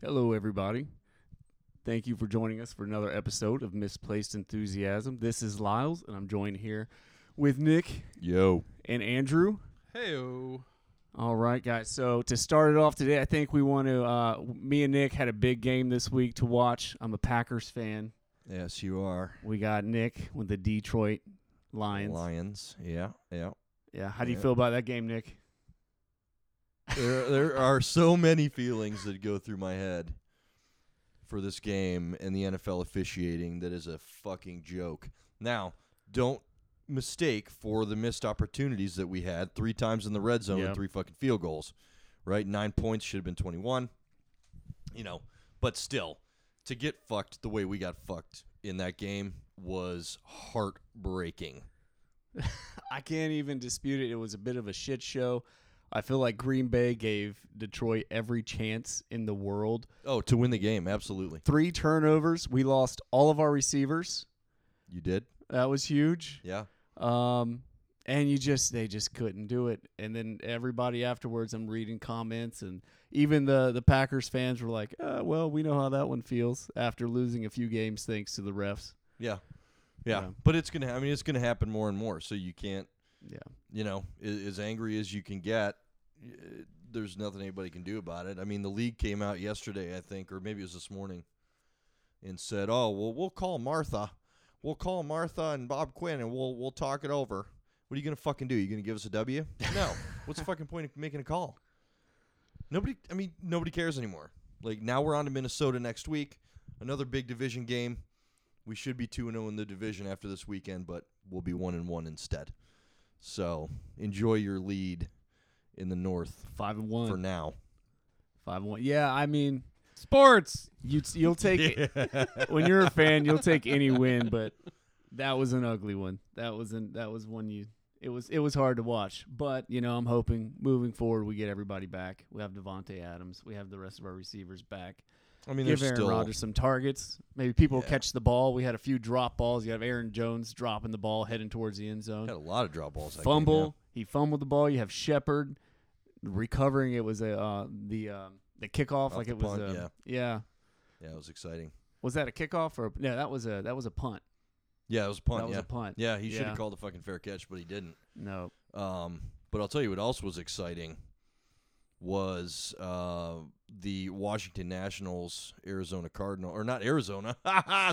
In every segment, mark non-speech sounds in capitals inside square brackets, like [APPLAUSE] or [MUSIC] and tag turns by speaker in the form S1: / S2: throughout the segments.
S1: Hello, everybody. Thank you for joining us for another episode of Misplaced Enthusiasm. This is Lyles, and I'm joined here with Nick
S2: Yo.
S1: and Andrew.
S3: Hey, oh.
S1: All right, guys. So to start it off today, I think we want to. Uh, me and Nick had a big game this week to watch. I'm a Packers fan.
S2: Yes, you are.
S1: We got Nick with the Detroit Lions.
S2: Lions. Yeah, yeah.
S1: Yeah. How do you
S2: Yeah.
S1: feel about that game, Nick?
S2: There, there are so many feelings that go through my head for this game and the NFL officiating that is a fucking joke. Now, don't mistake for the missed opportunities that we had three times in the red zone
S1: Yeah.
S2: and three fucking field goals, right? Nine points should have been 21, you know, but still, to get fucked the way we got fucked in that game was heartbreaking.
S1: [LAUGHS] I can't even dispute it. It was a bit of a shit show. I feel like Green Bay gave Detroit every chance in the world.
S2: Oh, to win the game, absolutely.
S1: Three turnovers. We lost all of our receivers.
S2: You did?
S1: That was huge.
S2: Yeah.
S1: Um, and you just they just couldn't do it. And then everybody afterwards, I'm reading comments, and even the the Packers fans were like, uh, "Well, we know how that one feels after losing a few games thanks to the refs."
S2: Yeah. Yeah.
S1: Yeah.
S2: But it's going to I mean it's going to happen more and more so you can't
S1: Yeah.
S2: you know a- as angry as you can get uh, there's nothing anybody can do about it. I mean the league came out yesterday I think or maybe it was this morning and said, "Oh, well we'll call Martha. We'll call Martha and Bob Quinn and we'll we'll talk it over." What are you going to fucking do? You going to give us a W? [LAUGHS] No. What's the fucking point of making a call? Nobody I mean nobody cares anymore. Like now we're on to Minnesota next week, another big division game. We should be 2 0 in the division after this weekend, but we'll be 1 and 1 instead. So enjoy your lead in the North
S1: Five and
S2: for
S1: one.
S2: now.
S1: Five and one. Yeah, I mean,
S3: sports.
S1: you you'll take
S2: [LAUGHS]
S1: it. [LAUGHS] when you're a fan, you'll take any win, but that was an ugly one. That was an that was one you it was it was hard to watch. But, you know, I'm hoping moving forward we get everybody back. We have Devonte Adams, we have the rest of our receivers back.
S2: I mean,
S1: Give
S2: there's
S1: Aaron
S2: still.
S1: Rodgers some targets. Maybe people will
S2: Yeah.
S1: catch the ball. We had a few drop balls. You have Aaron Jones dropping the ball heading towards the end zone.
S2: Had a lot of drop balls. that game, yeah.
S1: Fumble. He fumbled the ball. You have Shepard recovering. It was a uh, the um, the kickoff
S2: Off
S1: like
S2: the
S1: it was
S2: punt,
S1: a,
S2: yeah.
S1: yeah.
S2: Yeah. it was exciting.
S1: Was that a kickoff or a, no? That was a that was a punt.
S2: Yeah, it was a punt.
S1: that was
S2: yeah.
S1: a punt.
S2: yeah, he should
S1: Yeah.
S2: have called a fucking fair catch, but he didn't.
S1: No.
S2: Um, but I'll tell you what else was exciting was uh, the Washington Nationals, Arizona Cardinal, or not Arizona,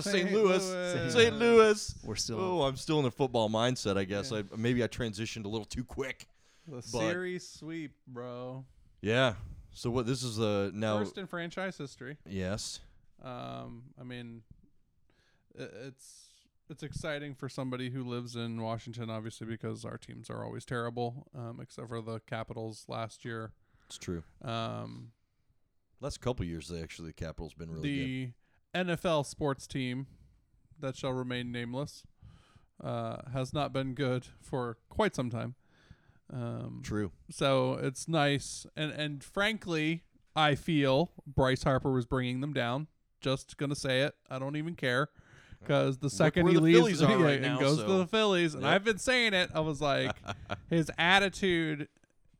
S2: [LAUGHS] St. Louis. St. Louis.
S1: We're still
S2: Oh, I'm still in a football mindset, I guess.
S3: Yeah.
S2: I maybe I transitioned a little too quick.
S3: The series sweep, bro.
S2: Yeah. So what this is the now
S3: First in franchise history.
S2: yes.
S3: Um, I mean, i- it's it's exciting for somebody who lives in Washington, obviously, because our teams are always terrible, um, except for the Capitals last year.
S2: It's true.
S3: Um,
S2: Last couple years they actually the Capitals been really good.
S3: the NFL sports team that shall remain nameless uh, has not been good for quite some time. Um,
S2: True.
S3: so it's nice and and frankly i feel bryce harper was bringing them down just gonna say it i don't even care because the second
S2: where
S3: he
S2: the
S3: leaves
S2: Phillies are
S3: [LAUGHS] yeah,
S2: right
S3: and
S2: now,
S3: goes to
S2: so-
S3: the phillies and
S2: Yep.
S3: i've been saying it i
S2: [LAUGHS]
S3: was like his attitude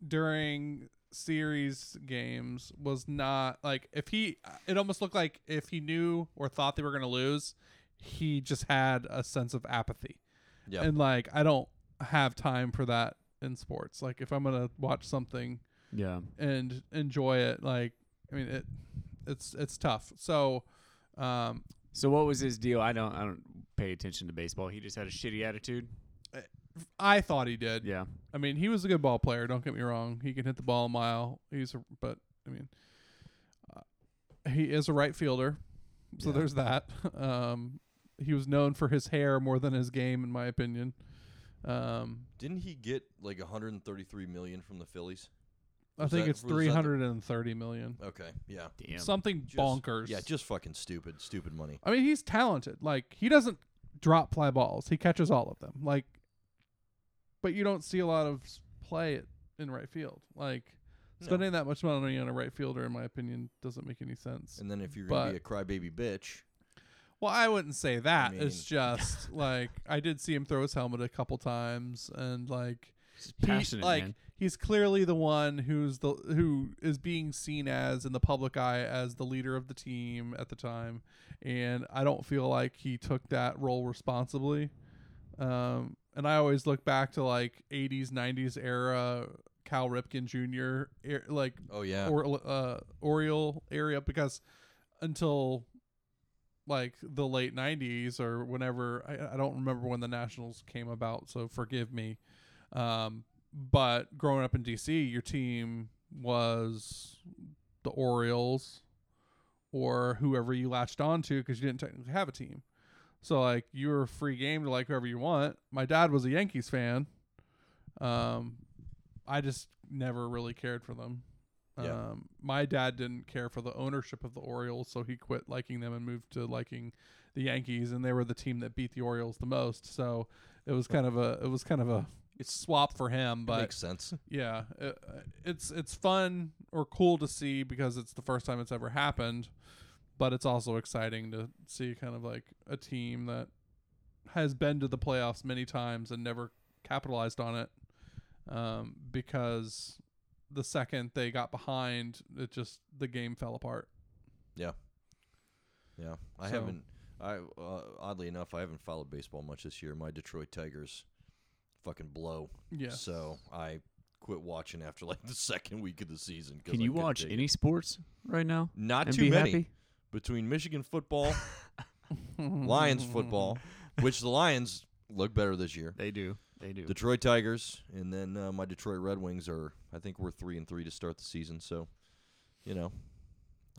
S3: during series games was not like if he it almost looked like if he knew or thought they were gonna lose he just had a sense of apathy
S2: Yeah.
S3: and like I don't have time for that in sports. Like if I'm gonna watch something
S1: yeah.
S3: and enjoy it, like I mean it, it's it's tough. So, um,
S1: So what was his deal? I don't I don't pay attention to baseball. He just had a shitty attitude.
S3: I thought he did.
S1: Yeah.
S3: I mean he was a good ball player. Don't get me wrong. He can hit the ball a mile. He's a, but I mean, uh, he is a right fielder. So
S2: Yeah.
S3: there's that. [LAUGHS] Um, he was known for his hair more than his game, in my opinion. Um,
S2: Didn't he get like 133 million from the Phillies?
S3: I
S2: Was
S3: think
S2: that-
S3: it's
S2: was that the-
S3: 330 million.
S2: Okay. Yeah.
S1: Damn.
S3: Something
S2: Just-
S3: bonkers.
S2: Yeah, just fucking stupid, stupid money.
S3: I mean, he's talented. Like he doesn't drop fly balls. He catches all of them. Like, but you don't see a lot of s- play at, in right field. Like
S2: No.
S3: spending that much money on a right fielder, in my opinion, doesn't make any sense.
S2: And then if you're going to be a
S3: But-
S2: crybaby bitch,
S3: Well, I wouldn't say that.
S2: mean- [LAUGHS]
S3: it's just like I did see him throw his helmet a couple times, and like
S1: He's
S3: he-
S1: passionate,
S3: like
S1: man.
S3: he's clearly the one who's the who is being seen as in the public eye as the leader of the team at the time, and I don't feel like he took that role responsibly. Um, and I always look back to like '80s, '90s era Cal Ripken Jr. er- like
S2: Oh yeah.
S3: or uh, Oriole area because until like the late 90s or whenever I, I don't remember when the Nationals came about, so forgive me. Um, but growing up in DC, your team was the Orioles or whoever you latched onto because you didn't technically have a team. So like you were free game to like whoever you want. My dad was a Yankees fan. Um, I just never really cared for them.
S2: Yeah.
S3: Um, my dad didn't care for the ownership of the Orioles, so he quit liking them and moved to liking the Yankees, and they were the team that beat the Orioles the most. So it was kind of a it was kind of a swap for him,
S2: It
S3: but
S2: makes sense.
S3: yeah, it, it's it's fun or cool to see because it's the first time it's ever happened, but it's also exciting to see kind of like a team that has been to the playoffs many times and never capitalized on it um, because the second they got behind, it just the game fell apart.
S2: Yeah, I
S3: So-
S2: haven't. I uh, oddly enough, I haven't followed baseball much this year. My Detroit Tigers fucking blow.
S3: Yeah.
S2: So I quit watching after like the [LAUGHS] second week of the season. 'cause
S1: Can
S2: I
S1: you
S2: couldn't
S1: watch
S2: take
S1: any
S2: it.
S1: sports right now?
S2: Not
S1: and
S2: too
S1: be
S2: many
S1: happy?
S2: between
S1: [LAUGHS]
S2: Michigan football, Lions football, which the Lions look better this year.
S1: They do. They do.
S2: Detroit Tigers, and then uh, my Detroit Red Wings are. I think we're three and three to start the season. So, you know,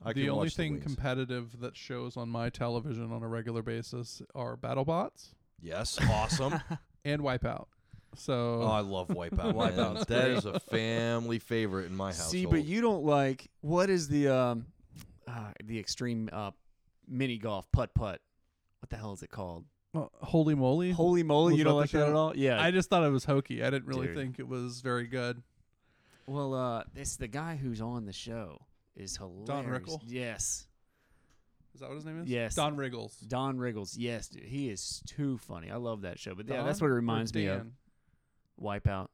S2: I
S3: the
S2: can
S3: only
S2: watch
S3: thing
S2: Wings.
S3: competitive that shows on my television on a regular basis are BattleBots
S2: yes, awesome.
S3: [LAUGHS] and Wipeout. So
S2: oh, I love Wipeout. man.
S1: Wipeout's
S2: That
S1: great.
S2: is a family favorite in my household.
S1: See, but you don't like what is the um uh, the extreme uh mini golf putt putt. What the hell is it called?
S3: Uh, holy moly!
S1: Holy moly,
S3: Was
S1: you don't
S3: that
S1: like
S3: the
S1: that
S3: show?
S1: at all? Yeah.
S3: I just thought it was hokey. I didn't really
S1: Dude.
S3: think it was very good.
S1: well, uh this the guy who's on the show is hilarious.
S3: Rickle?
S1: Yes.
S3: Is that what his name is?
S1: Yes.
S3: Don Riggles.
S1: Don Riggles. Yes, dude. He is too funny. I love that show. But yeah, that's what it reminds me of. Wipeout.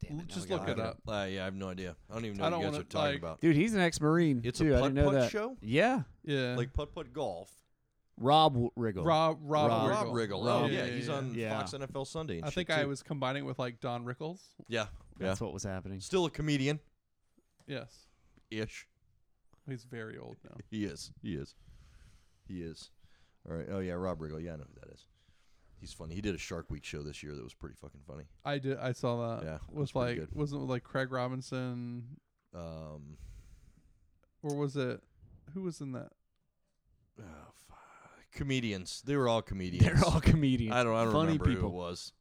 S1: Damn
S3: L-
S1: it, now
S3: just
S1: I gotta
S3: look it
S1: look
S3: up.
S2: Uh, yeah, I have no idea. I don't even know
S3: I
S2: what
S3: don't
S2: you guys
S3: wanna,
S2: are talking
S3: like- [LAUGHS]
S2: about.
S1: Dude, he's an ex-marine
S2: It's
S1: too.
S2: a
S1: I
S2: putt
S1: didn't know
S2: putt
S1: that.
S2: show,
S1: Yeah,
S3: Yeah.
S2: like putt putt golf.
S1: Rob W- Riggle.
S3: Rob Rob,
S1: Rob-
S2: Rob
S3: Riggle.
S2: Riggle.
S1: Rob-
S2: Oh
S1: Yeah,
S2: yeah,
S1: yeah,
S2: he's
S3: yeah.
S2: on
S1: Yeah.
S2: Fox NFL Sunday. and
S3: I
S2: shit,
S3: think I
S2: too.
S3: was combining it with like Don Rickles.
S2: Yeah, yeah.
S1: That's what was happening.
S2: Still a comedian
S3: Yes.
S2: ish.
S3: He's very old now.
S2: He is. He is. He is. All right. Oh yeah, Rob Riggle. Yeah, I know who that is. He's funny. He did a Shark Week show this year that was pretty fucking funny.
S3: I did. I saw that.
S2: Yeah, that was
S3: Was
S2: pretty
S3: like
S2: good.
S3: wasn't it like Craig Robinson
S2: Um,
S3: or was it who was in that?
S2: oh, fuck. comedians. They were all comedians.
S1: They're all comedians.
S2: I don't. I don't
S1: funny
S2: remember
S1: people.
S2: who it was.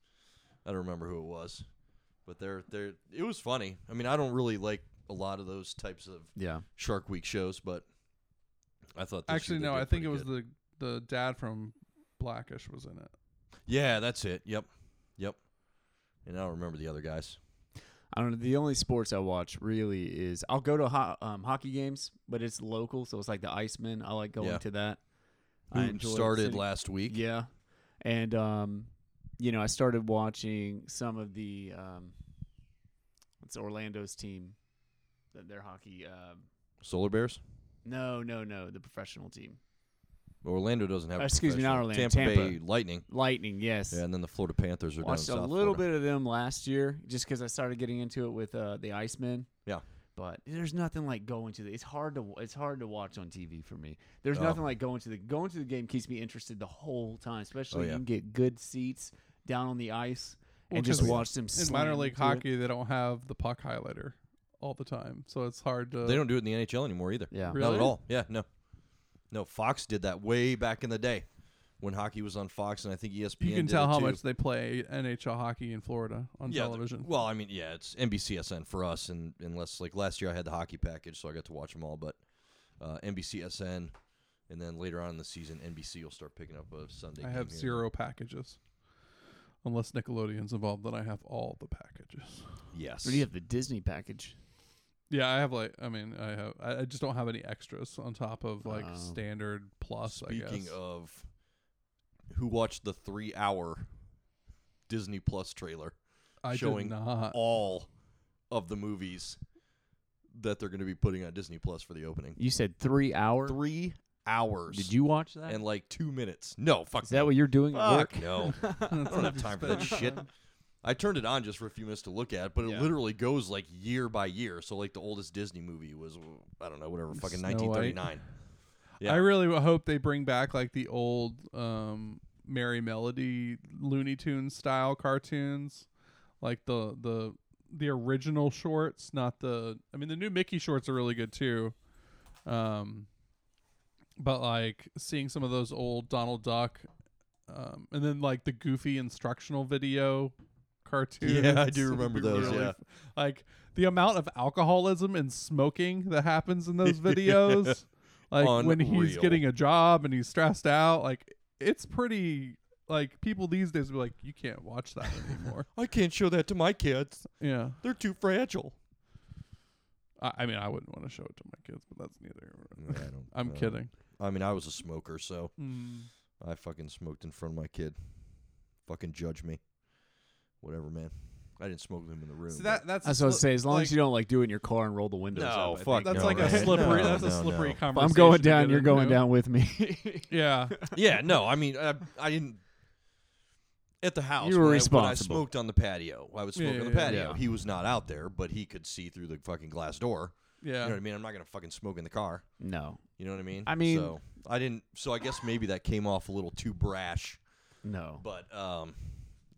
S2: I don't remember who it was, but they're they're. It was funny. I mean, I don't really like a lot of those types of
S1: Yeah.
S2: Shark Week shows, but I thought this
S3: Actually,
S2: year they
S3: no.
S2: did
S3: I think
S2: pretty
S3: it was
S2: good.
S3: the the dad from Blackish was in it.
S2: yeah, that's it. Yep, yep. And I don't remember the other guys.
S1: I don't know. The only sports I watch really is I'll go to ho- um, hockey games, but it's local, so it's like the Iceman. I like going
S2: Yeah.
S1: to that. I
S2: Who
S1: enjoy
S2: started
S1: sitting-
S2: last week?
S1: Yeah, and um, you know, I started watching some of the um, what's Orlando's team, Th- their hockey. Um,
S2: Solar Bears.
S1: no, no, no, the professional team,
S2: Orlando doesn't
S3: Uh,
S2: have. a
S1: Excuse me, not
S2: professional.
S1: Orlando,
S2: Tampa,
S1: Tampa.
S2: Bay Lightning.
S1: Lightning. Yes,
S2: Yeah, and then the Florida Panthers are
S1: watched a
S2: down in South
S1: little
S2: Florida.
S1: bit of them last year just because I started getting into it with uh, the Icemen.
S2: Yeah.
S1: But there's nothing like going to the. It's hard to it's hard to watch on TV for me. There's
S2: Oh.
S1: nothing like going to the going to the game keeps me interested the whole time. Especially
S2: Oh, yeah.
S1: you can get good seats down on the ice
S3: Well,
S1: and just
S3: 'cause
S1: watch them.
S3: in
S1: slam
S3: minor league
S1: into it.
S3: hockey they don't have the puck highlighter all the time so it's hard to
S2: They don't do it in the NHL anymore either.
S1: Yeah.
S2: Not
S3: Really?
S2: at all. Yeah, no. No, Fox did that way back in the day when hockey was on Fox, and I think E ESPN.
S3: you can
S2: did
S3: tell
S2: it
S3: how
S2: too.
S3: much they play nhl hockey in florida on
S2: yeah, the-
S3: television
S2: Well, I mean, yeah, it's NBCSN for us, and unless like last year I had the hockey package, so I got to watch them all. But uh, NBCSN, and then later on in the season, NBC will start picking up a Sunday.
S3: i
S2: game
S3: have
S2: here.
S3: zero packages unless nickelodeon's involved then i have all the packages
S2: Yes.
S1: Or do you have the Disney package?
S3: yeah i have like i mean i have i I just don't have any extras on top of like
S1: Oh.
S3: standard plus i
S2: Speaking
S3: guess
S2: of who watched the three-hour Disney Plus trailer
S3: I
S2: showing
S3: did
S1: Uh,
S3: [LAUGHS] not.
S2: all of the movies that they're going to be putting on Disney Plus for the opening.
S1: You said three hours.
S2: Three hours.
S1: Did you watch that?
S2: And like two minutes. No, fuck.
S1: Is that what you're doing at work?
S2: Fuck no.
S1: [LAUGHS]
S3: I
S2: [LAUGHS] don't have time for that shit. I turned it on just for a few minutes to look at, but it
S1: Yeah.
S2: literally goes like year by year. So like the oldest Disney movie was I don't know whatever fucking
S3: Snow
S2: 1939. Yeah.
S3: I really w- hope they bring back like the old um Merry Melody Looney Tunes style cartoons, like the the the original shorts, not the. I mean, the new Mickey shorts are really good too. Um, but like seeing some of those old Donald Duck, um, and then like the Goofy
S2: [LAUGHS]
S3: instructional video cartoons. [LAUGHS]
S2: Yeah, I do
S3: would
S2: remember
S3: be
S2: those,
S3: really
S2: yeah.
S3: f- like the amount of alcoholism and smoking that happens
S2: [LAUGHS]
S3: in those videos. Like when he's
S2: Unreal.
S3: getting a job and he's stressed out, like it's pretty like people these days be like, you can't watch that
S2: [LAUGHS]
S3: anymore.
S2: I can't show that to my kids.
S3: yeah,
S2: They're too fragile.
S3: I, I mean, I wouldn't want to show it to my kids, but that's neither.
S2: I don't,
S3: I'm
S2: uh,
S3: kidding.
S2: I mean, I was a smoker, so
S1: Hmm.
S3: Mm.
S2: I fucking smoked in front of my kid. Fucking judge me. Whatever, man. I didn't smoke with him in the room.
S3: See that that's
S1: I was going to say, as long
S3: like,
S1: as you don't like do it in your car and roll the windows
S2: No,
S1: up. I
S2: fuck
S1: think
S3: That's
S2: No,
S1: you're
S3: like
S1: all
S3: a
S1: right.
S3: slippery.
S2: No,
S3: that's a
S2: no,
S3: slippery
S2: no. If
S1: If
S3: conversation.
S1: I'm going
S3: to
S1: down.
S3: get
S1: You're going
S3: into.
S1: down with me. [LAUGHS]
S3: Yeah, [LAUGHS]
S2: but- [LAUGHS] yeah, no. I mean, I, I didn't. At the house,
S1: You were
S2: when I- when I,
S1: responsible.
S2: smoked on the patio. I would smoke on
S3: Yeah,
S2: the
S3: yeah, yeah.
S2: patio.
S1: Yeah.
S2: He was not out there, but he could see through the fucking glass door.
S3: yeah.
S2: You know what I mean? I'm not gonna fucking smoke in the car.
S1: no,
S2: You know what I mean?
S1: I mean-
S2: so I didn't. So I guess maybe that came off a little too brash.
S1: no.
S2: But um,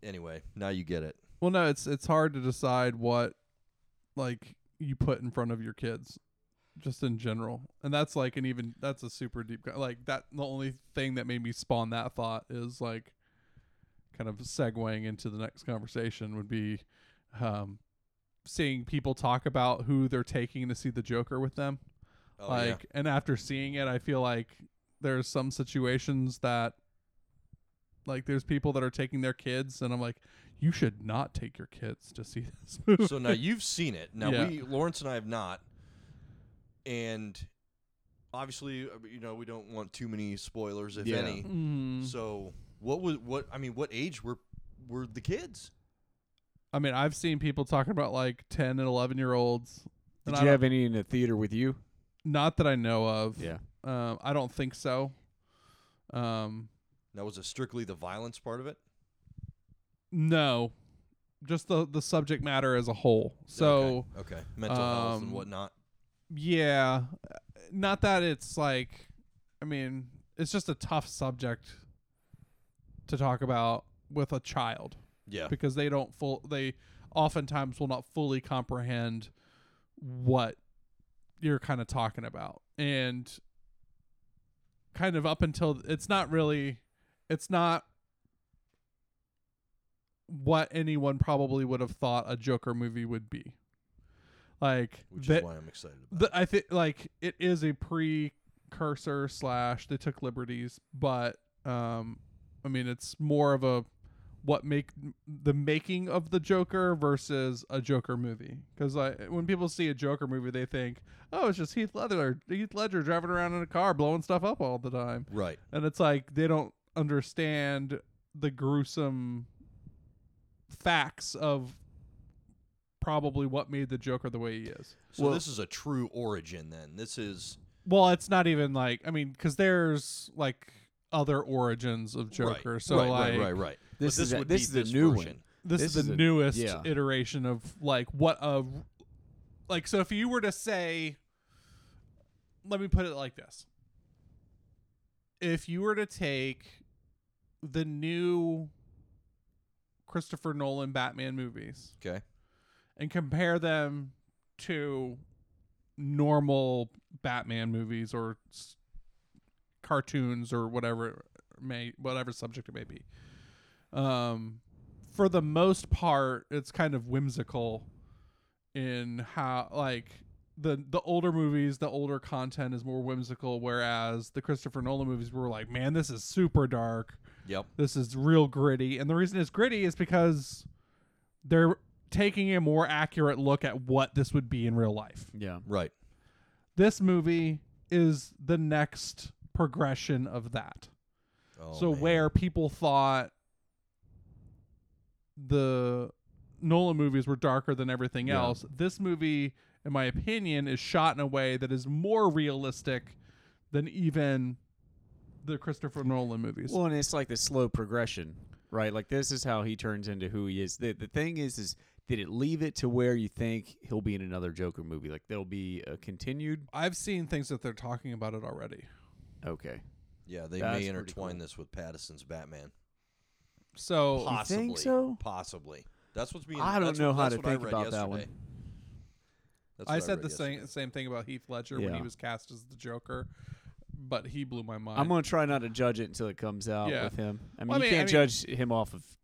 S2: anyway, now you get it.
S3: Well, no, it's it's hard to decide what like you put in front of your kids, just in general, and that's like an even that's a super deep co- like that. The only thing that made me spawn that thought is like kind of segueing into the next conversation would be um, seeing people talk about who they're taking to see the Joker with them
S2: Oh, yeah.
S3: like and after seeing it i feel like there's some situations that like there's people that are taking their kids and i'm like you should not take your kids to see [LAUGHS] this movie
S2: so now you've seen it. Now
S3: Yeah.
S2: we Lawrence and I have not, and obviously, uh, you know, we don't want too many spoilers, if
S1: Yeah.
S2: any.
S3: Mm.
S2: So what was what? I mean, what age were were the kids?
S3: i mean i've seen people talking about like 10 and 11 year olds
S1: Did
S3: and I
S1: you
S3: don't-
S1: have any in the theater with you?
S3: not that i know of
S1: Yeah.
S3: um i don't think so um
S2: Now was it strictly the violence part of it?
S3: no just the the subject matter as a whole so
S2: okay, okay. mental health and
S3: um,
S2: whatnot.
S3: Yeah. uh, Not that it's like I mean, it's just a tough subject to talk about with a child
S2: Yeah,
S3: because they don't full they oftentimes will not fully comprehend what you're kind of talking about. And kind of up until it's not really it's not what anyone probably would have thought a Joker movie would be. Like
S2: which
S3: that-
S2: is why I'm excited about.
S3: the, I think like it is a precursor slash they took liberties, but um, I mean it's more of a what make the making of the Joker versus a Joker movie because like when people see a Joker movie they think oh it's just Heath Ledger Heath Ledger driving around in a car blowing stuff up all the time
S2: it. Right.
S3: and it's like they don't understand the gruesome facts of probably what made the Joker the way he is.
S2: So
S1: Well-
S2: this is a true origin. Then this is
S3: Well, it's not even like I mean, because there's like other origins of
S2: right,
S3: Joker. so
S2: right,
S3: like
S2: right, right, right. But
S1: This, is a,
S2: would
S1: this
S2: be
S1: is the new
S2: version.
S1: one.
S3: this,
S1: This
S3: is
S1: is
S3: the
S1: a-
S3: newest
S1: yeah.
S3: iteration of like what a like. So if you were to say, let me put it like this: if you were to take the new Christopher Nolan Batman movies
S2: Okay.
S3: and compare them to normal Batman movies or s- cartoons or whatever it may whatever subject it may be. Um, for the most part, it's kind of whimsical in how like the the older movies, the older content is more whimsical, whereas the Christopher Nolan movies were like, man, this is super dark
S2: Yep.
S3: this is real gritty and the reason it's gritty is because they're taking a more accurate look at what this would be in real life
S1: Yeah.
S2: Right.
S3: this movie is the next progression of that
S2: Oh,
S3: so
S2: man.
S3: where people thought the Nolan movies were darker than everything
S2: Yeah.
S3: else. This movie, in my opinion, is shot in a way that is more realistic than even the Christopher Nolan movies.
S4: Well, and it's like the slow progression, right? Like this is how he turns into who he is. The the thing is, is did it leave it to where you think he'll be in another Joker movie? Like there'll be a continued.
S3: I've seen things that they're talking about it already.
S4: Okay.
S2: Yeah, they
S1: That's
S2: may
S1: pretty
S2: intertwine
S1: cool.
S2: this with Pattison's Batman.
S3: So
S4: Pop.
S2: Possibly,
S4: so?
S2: possibly. That's what's being.
S1: I don't
S2: that's
S1: know
S2: what-
S1: how
S2: that's
S1: to
S2: what I
S1: think
S2: read
S1: about that one.
S2: yesterday. That's
S3: I
S2: what
S3: said
S2: read
S3: the
S2: yesterday.
S3: same same thing about Heath Ledger when
S1: Yeah.
S3: he was cast as the Joker, but he blew my mind.
S1: I'm gonna try not to judge it until it comes out
S3: Yeah.
S1: with him. I mean,
S3: Well, I
S1: you
S3: mean-
S1: can't
S3: I mean-
S1: judge him off of
S3: Ev-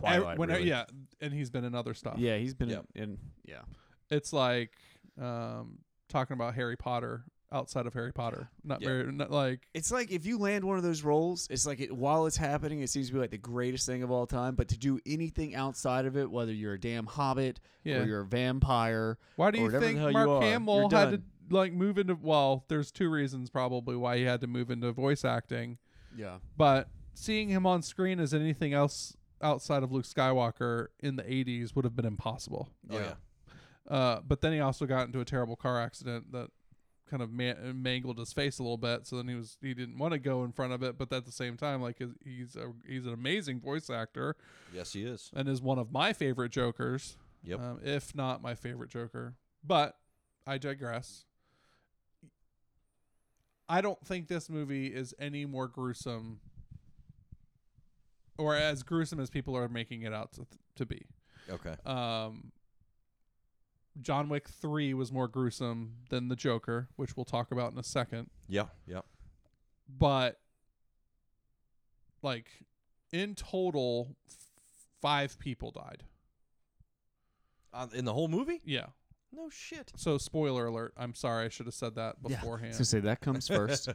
S1: Twilight.
S3: when-
S1: really.
S3: Yeah, and he's been in other stuff.
S1: yeah, he's been
S2: Yep.
S1: in, in. Yeah,
S3: it's like um, talking about Harry Potter outside of Harry Potter. Not
S2: Yeah.
S3: very not like
S1: it's like if you land one of those roles, it's like it, while it's happening, it seems to be like the greatest thing of all time. But to do anything outside of it, whether you're a damn hobbit
S3: Yeah.
S1: or you're a vampire,
S3: why do
S1: or
S3: you
S1: whatever the
S3: think
S1: hell you
S3: Mark
S1: are,
S3: Hamill
S1: you're
S3: had to
S1: done.
S3: like move into well, there's two reasons probably why he had to move into voice acting,
S1: yeah,
S3: but seeing him on screen as anything else outside of Luke Skywalker in the 80s would have been impossible.
S2: Oh, yeah.
S3: Uh, but then he also got into a terrible car accident that kind of man- mangled his face a little bit. So then he was he didn't want to go in front of it, but at the same time, like he's- he's a, he's an amazing voice actor
S2: Yes, he is.
S3: and is one of my favorite Jokers.
S2: Yep.
S3: Um, if not my favorite Joker, but I digress. I don't think this movie is any more gruesome, or as gruesome as people are making it out to, to be
S2: Okay.
S3: um John Wick 3 was more gruesome than the Joker, which we'll talk about in a second,
S2: Yeah. Yeah.
S3: but like in total f- 5 people died.
S2: Uh, in the whole movie?
S3: Yeah.
S2: No shit.
S3: So spoiler alert, I'm sorry I should have said that
S1: Yeah.
S3: beforehand.
S1: So say that comes
S3: [LAUGHS]
S1: first.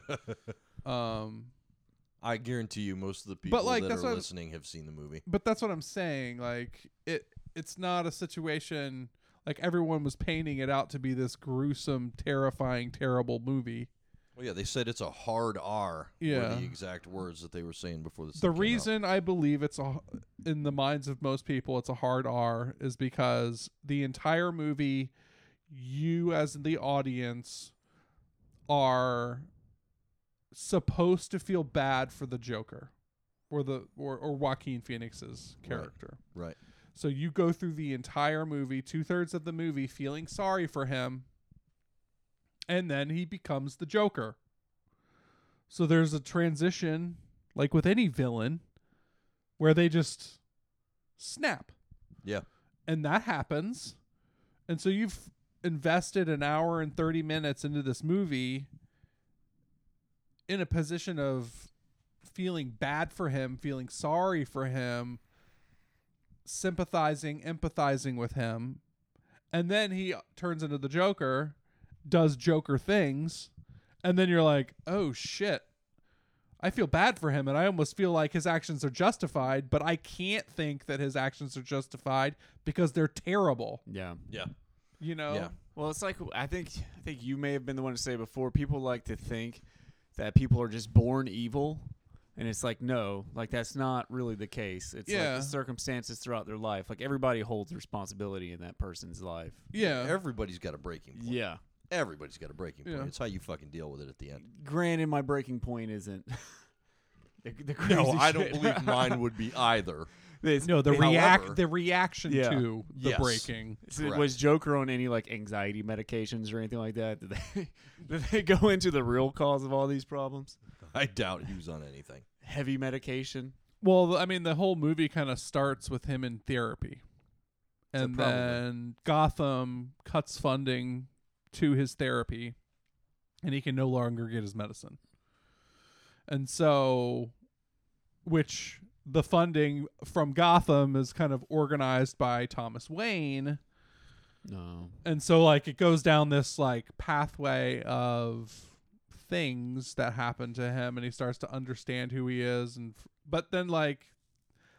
S3: Um
S2: [LAUGHS] I guarantee you, most of the people
S3: like,
S2: that
S3: that's
S2: are
S3: what I'm-
S2: listening have seen the movie.
S3: but that's what I'm saying, like it it's not a situation like everyone was painting it out to be this gruesome, terrifying, terrible movie.
S2: Well, Oh, yeah, they said it's a hard R.
S3: Yeah.
S2: Were the exact words that they were saying before this.
S3: the
S2: thing came out.
S3: reason I believe it's a, in the minds of most people it's a hard R is because the entire movie you as the audience are supposed to feel bad for the Joker or the or, or Joaquin Phoenix's
S2: Right.
S3: character.
S2: Right.
S3: So you go through the entire movie, two thirds of the movie, feeling sorry for him, and then he becomes the Joker. So there's a transition, like with any villain, where they just snap.
S2: Yeah.
S3: And that happens. And so you've invested an hour and 30 minutes into this movie in a position of feeling bad for him, feeling sorry for him, sympathizing, empathizing with him. And then he turns into the Joker, does Joker things. And then you're like, oh shit. I feel bad for him, and I almost feel like his actions are justified, but I can't think that his actions are justified because they're terrible.
S1: yeah.
S2: Yeah.
S3: You know?
S2: Yeah.
S1: Well, it's like I think I think you may have been the one to say before. People like to think that people are just born evil, and it's like no, like that's not really the case. It's
S3: Yeah.
S1: like the circumstances throughout their life. Like everybody holds responsibility in that person's life.
S3: Yeah.
S2: Everybody's got a breaking point.
S1: Yeah.
S2: Everybody's got a breaking point.
S3: Yeah.
S2: It's how you fucking deal with it at the end.
S1: Granted, my breaking point isn't. [LAUGHS] The, the crazy
S2: No, I don't
S1: shit. [LAUGHS]
S2: believe mine would be either.
S1: It's-
S3: no, the
S1: it-
S2: however-
S3: react the reaction
S1: Yeah.
S3: to the
S2: Yes.
S3: breaking.
S1: it's- was Joker on any like anxiety medications or anything like that? Did they [LAUGHS] did they go into the real cause of all these problems?
S2: I doubt he was on anything.
S1: Heavy medication.
S3: Well, I mean, the whole movie kind of starts with him in therapy,
S1: So
S3: and
S1: probably.
S3: then Gotham cuts funding to his therapy, and he can no longer get his medicine. And so, which the funding from Gotham is kind of organized by Thomas Wayne,
S1: No.
S3: and so like it goes down this like pathway of things that happen to him and he starts to understand who he is and f- but then like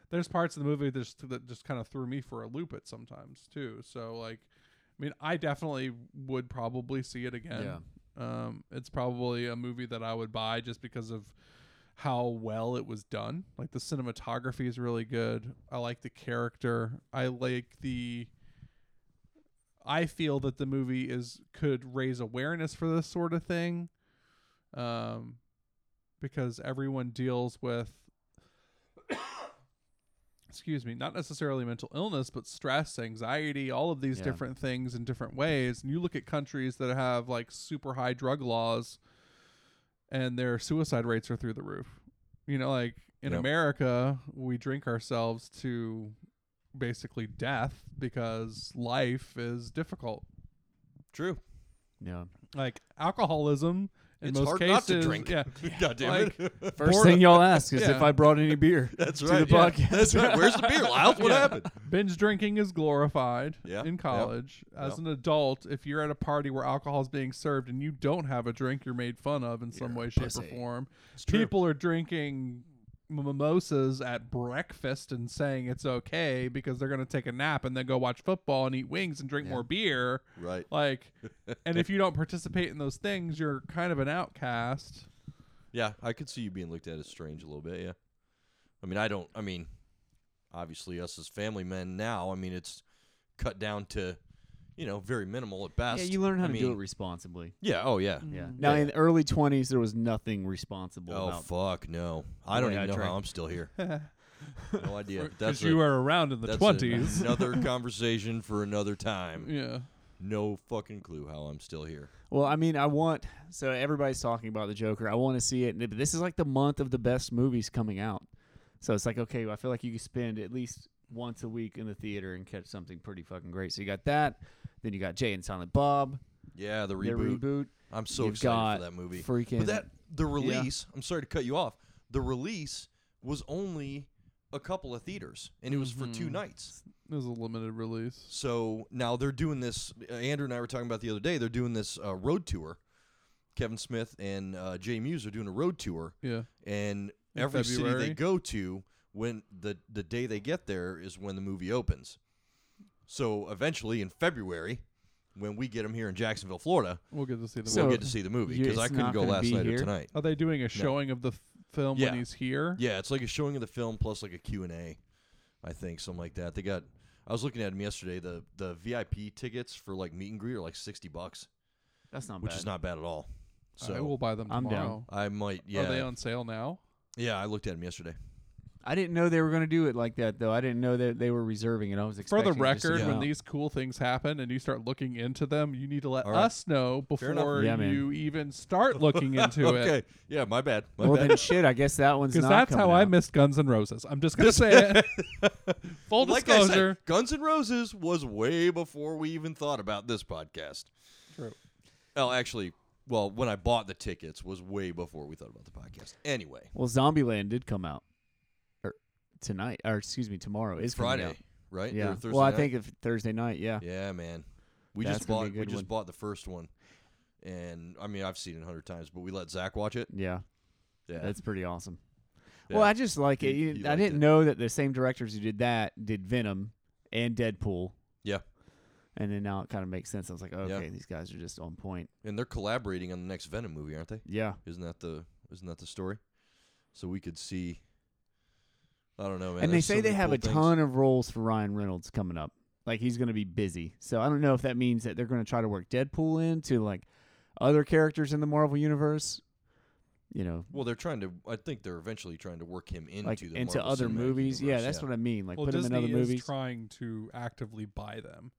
S3: there's parts of the movie that just, that just kind of threw me for a loop at sometimes too so like i mean i definitely would probably see it again um it's probably a movie that i would buy just because of how well it was done. Like the cinematography is really good. I like the character. I like the I feel that the movie is could raise awareness for this sort of thing. Um because everyone deals with [COUGHS] excuse me, not necessarily mental illness, but stress, anxiety, all of these
S1: Yeah.
S3: different things in different ways. And you look at countries that have like super high drug laws and their suicide rates are through the roof. You know, like in
S2: Yep.
S3: America, we drink ourselves to basically death because life is difficult.
S2: [LAUGHS] True.
S1: Yeah.
S3: Like alcoholism in
S2: It's
S3: most
S2: hard
S3: cases,
S2: not to drink. [LAUGHS]
S3: yeah,
S2: God damn it.
S1: First
S3: Border-
S1: thing y'all ask is
S3: Yeah.
S1: if I brought any beer.
S2: [LAUGHS] That's
S1: to
S2: right.
S1: the
S2: yeah.
S1: podcast.
S2: [LAUGHS] That's right. Where's the beer, Lyles? What
S3: Yeah.
S2: happened?
S3: binge drinking is glorified
S2: Yeah,
S3: in
S2: yep,
S3: college. As
S2: yep.
S3: an adult, if you're at a party where alcohol is being served and you don't have a drink, you're made fun of in some way, shape, or
S5: pussy.
S3: form.
S2: It's true.
S3: People are drinking mimosas at breakfast and saying it's okay because they're going to take a nap and then go watch football and eat wings and drink more beer.
S2: Right. [LAUGHS]
S3: Like, and if you don't participate in those things, you're kind of an outcast.
S2: Yeah, I could see you being looked at as strange a little bit. Yeah, I mean, I don't. I mean, obviously, us as family men now. I mean, it's cut down to, you know, very minimal at best.
S1: [LAUGHS] Yeah, you learn how
S2: I
S1: to do
S2: mean,
S1: it Mm. responsibly.
S2: Yeah. Oh yeah.
S1: Yeah. Now
S2: Yeah.
S1: in the early twenties, there was nothing responsible
S2: Oh
S1: about.
S2: fuck no! I don't
S1: way I
S2: even know
S1: drank.
S2: how I'm still here. no idea. But
S3: Because
S2: That's
S3: you
S2: a-
S3: were around in the
S2: that's [LAUGHS]
S3: twenties.
S2: Another conversation for another time.
S3: yeah.
S2: No fucking clue how I'm still here.
S1: Well, I mean, I want so everybody's talking about the Joker. I want to see it. But this is like the month of the best movies coming out. So it's like okay, I feel like you could spend at least once a week in the theater and catch something pretty fucking great. So you got that. Then you got Jay and Silent Bob.
S2: Yeah, the
S1: The
S2: reboot.
S1: reboot.
S2: I'm so
S1: You've
S2: excited
S1: got
S2: for that movie.
S1: Freaking.
S2: But that the release, I'm sorry to cut you off. The release was only a couple of theaters, and it was for two nights.
S3: It was a limited release.
S2: So now they're doing this. uh, Andrew and I were talking about the other day. They're doing this uh, road tour. Kevin Smith and uh, Jay Muse are doing a road tour,
S3: Yeah.
S2: and
S3: In
S2: every city
S3: February?
S2: they go to, when the the day they get there is when the movie opens. So eventually, in February, when we get them here in Jacksonville, Florida,
S3: We'll get to see the
S1: So-
S2: we'll get to see the movie
S1: you-
S2: because I
S1: it's
S2: couldn't
S1: not
S2: go
S1: gonna
S2: last
S1: be
S2: night or
S1: here?
S2: tonight.
S3: Are they doing a showing of the f- film
S2: Yeah.
S3: when he's here?
S2: Yeah, it's like a showing of the film plus like a Q&A, I think, something like that. They got I was looking at them yesterday, the the VIP tickets for like meet and greet are like 60 bucks,
S1: that's not
S2: which
S1: bad.
S2: is not bad at all. So
S3: I will buy them
S1: I'm down.
S3: tomorrow.
S2: I might yeah.
S3: Are they on sale now?
S2: yeah, I looked at them yesterday.
S1: I didn't know they were going to do it like that though. I didn't know that they were reserving it. I was
S3: For
S1: expecting
S3: the
S1: it just to
S3: record,
S1: come
S3: when
S1: out.
S3: these cool things happen and you start looking into them, you need to let
S2: All right.
S3: us know
S2: Fair enough.
S3: before
S1: Yeah, man.
S3: you even start
S2: [LAUGHS]
S3: looking into
S2: okay.
S3: it.
S2: Yeah, my bad. My
S1: Well
S2: bad.
S1: then, shit. I guess that one's
S3: Because
S1: not
S3: that's
S1: coming
S3: how I
S1: out.
S3: missed Guns N' Roses. I'm just gonna say
S2: [LAUGHS]
S3: it. Full
S2: like I said,
S3: disclosure.
S2: Guns N' Roses was way before we even thought about this podcast.
S3: True.
S2: Oh, actually, well, when I bought the tickets was way before we thought about the podcast. Anyway,
S1: Well, Zombieland did come out or tonight, or excuse me, tomorrow is coming
S2: Friday,
S1: out.
S2: right? Or
S1: Yeah.
S2: Thursday
S1: Well, I
S2: night?
S1: think if Thursday night, yeah.
S2: Yeah, man. We
S1: That's
S2: just
S1: gonna be
S2: bought
S1: a
S2: we
S1: good
S2: just
S1: one.
S2: bought the first one. And I mean I've seen it a hundred times, but we let Zach watch it.
S1: Yeah,
S2: Yeah.
S1: that's pretty awesome.
S2: Yeah.
S1: Well, I just like it.
S2: He-
S1: You-
S2: he
S1: I
S2: liked
S1: didn't
S2: it.
S1: know that the same directors who did that did Venom and Deadpool.
S2: Yeah.
S1: And then now it kind of makes sense. I was like,
S2: Yeah.
S1: okay, these guys are just on point.
S2: and they're collaborating on the next Venom movie, aren't they?
S1: Yeah.
S2: Isn't that the isn't that the story? So we could see I don't know, man.
S1: and they
S2: there's so
S1: say they
S2: many
S1: have
S2: cool
S1: a
S2: things.
S1: ton of roles for Ryan Reynolds coming up. Like he's going to be busy. So I don't know if that means that they're going to try to work Deadpool into like other characters in the Marvel universe. You know,
S2: Well, they're trying to I think they're eventually trying to work him into
S1: like
S2: the
S1: into
S2: Marvel
S1: other
S2: Cinematic
S1: movies.
S2: Universe,
S1: yeah, that's what I mean. Like
S3: well,
S1: put him in
S3: Disney
S1: other movies.
S3: is trying to actively buy them.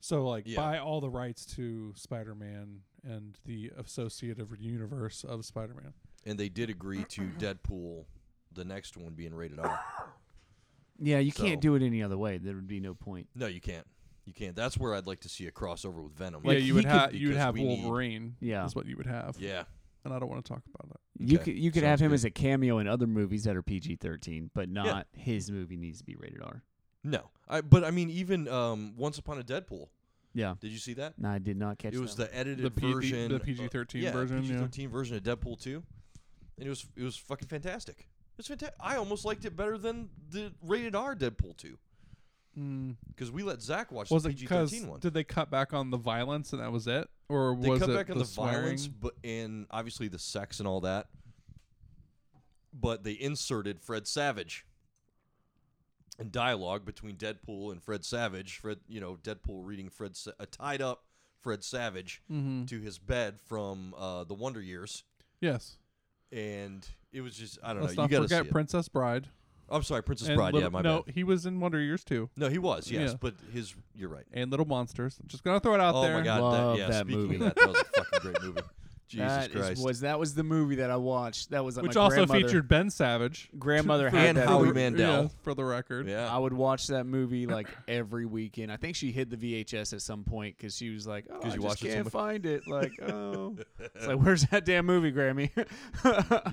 S3: So like
S2: Yeah.
S3: buy all the rights to Spider-Man and the associative universe of Spider-Man.
S2: and they did agree
S1: [CLEARS THROAT]
S2: to Deadpool the next one being rated R.
S1: yeah, you
S2: so-
S1: can't do it any other way. There would be no point.
S2: No, you can't. You can't. That's where I'd like to see a crossover with Venom.
S3: yeah,
S2: he
S3: you would
S2: could-
S3: have you would
S2: because
S3: have
S2: we need-
S3: Wolverine.
S1: Yeah.
S3: is what you would have.
S2: Yeah.
S3: and I don't want to talk about it.
S1: You
S2: Okay,
S1: could you could have
S2: sounds
S1: him
S2: good.
S1: as a cameo in other movies that are PG thirteen, but not his movie needs to be rated R.
S2: No, I. But I mean, even um, Once Upon a Deadpool.
S1: Yeah,
S2: Did you see that?
S1: no, I did not catch.
S2: It was
S1: that.
S2: the edited
S3: The PG
S2: version,
S3: the
S2: uh,
S3: PG-13
S2: yeah,
S3: version, yeah.
S2: PG-13 version of Deadpool two, and it was it was fucking fantastic. It's fantastic. I almost liked it better than the rated R Deadpool two because we let Zach watch
S3: Mm. Was
S2: the
S3: it because
S2: PG-13 one.
S3: did they cut back on the violence and that was it, or
S2: they
S3: was
S2: cut
S3: it
S2: back
S3: the
S2: on the
S3: swearing?
S2: violence, but and obviously the sex and all that. but they inserted Fred Savage in dialogue between Deadpool and Fred Savage. Fred, you know, Deadpool reading Fred Sa- a tied up Fred Savage
S3: Mm-hmm.
S2: to his bed from uh, the Wonder Years,
S3: Yes.
S2: and it was just I don't
S3: Let's
S2: know. You
S3: not
S2: got to see
S3: forget
S2: it.
S3: Princess Bride.
S2: I'm sorry, Princess
S3: and
S2: Bride.
S3: Little-
S2: yeah, my
S3: no,
S2: bad.
S3: he was in Wonder Years too,
S2: No, he was yes,
S3: Yeah.
S2: but his you're right.
S3: and Little Monsters. Just gonna throw it out
S2: oh
S3: there.
S2: my god,
S1: Love
S2: that, yeah.
S1: that
S2: speaking
S1: movie.
S2: of that, that was a fucking great
S3: [LAUGHS]
S2: movie. Jesus
S1: That is-
S2: Christ.
S1: was that was the movie that I watched. That was like
S3: Which
S1: my
S3: also
S1: grandmother-
S3: featured Ben Savage.
S1: Grandmother
S3: [LAUGHS] For-
S1: had
S2: And
S1: that
S2: Howie
S3: for the-
S2: Mandel.
S3: yeah, for the record.
S2: yeah.
S1: I would watch that movie
S2: [LAUGHS]
S1: like every weekend. I think she hid the VHS at some point because she was like, "Oh,
S2: 'Cause
S1: I
S2: you
S1: just
S2: watched it so
S1: can't
S2: much."
S1: find it." Like, oh,
S2: [LAUGHS]
S1: it's like, where's that damn movie, Grammy?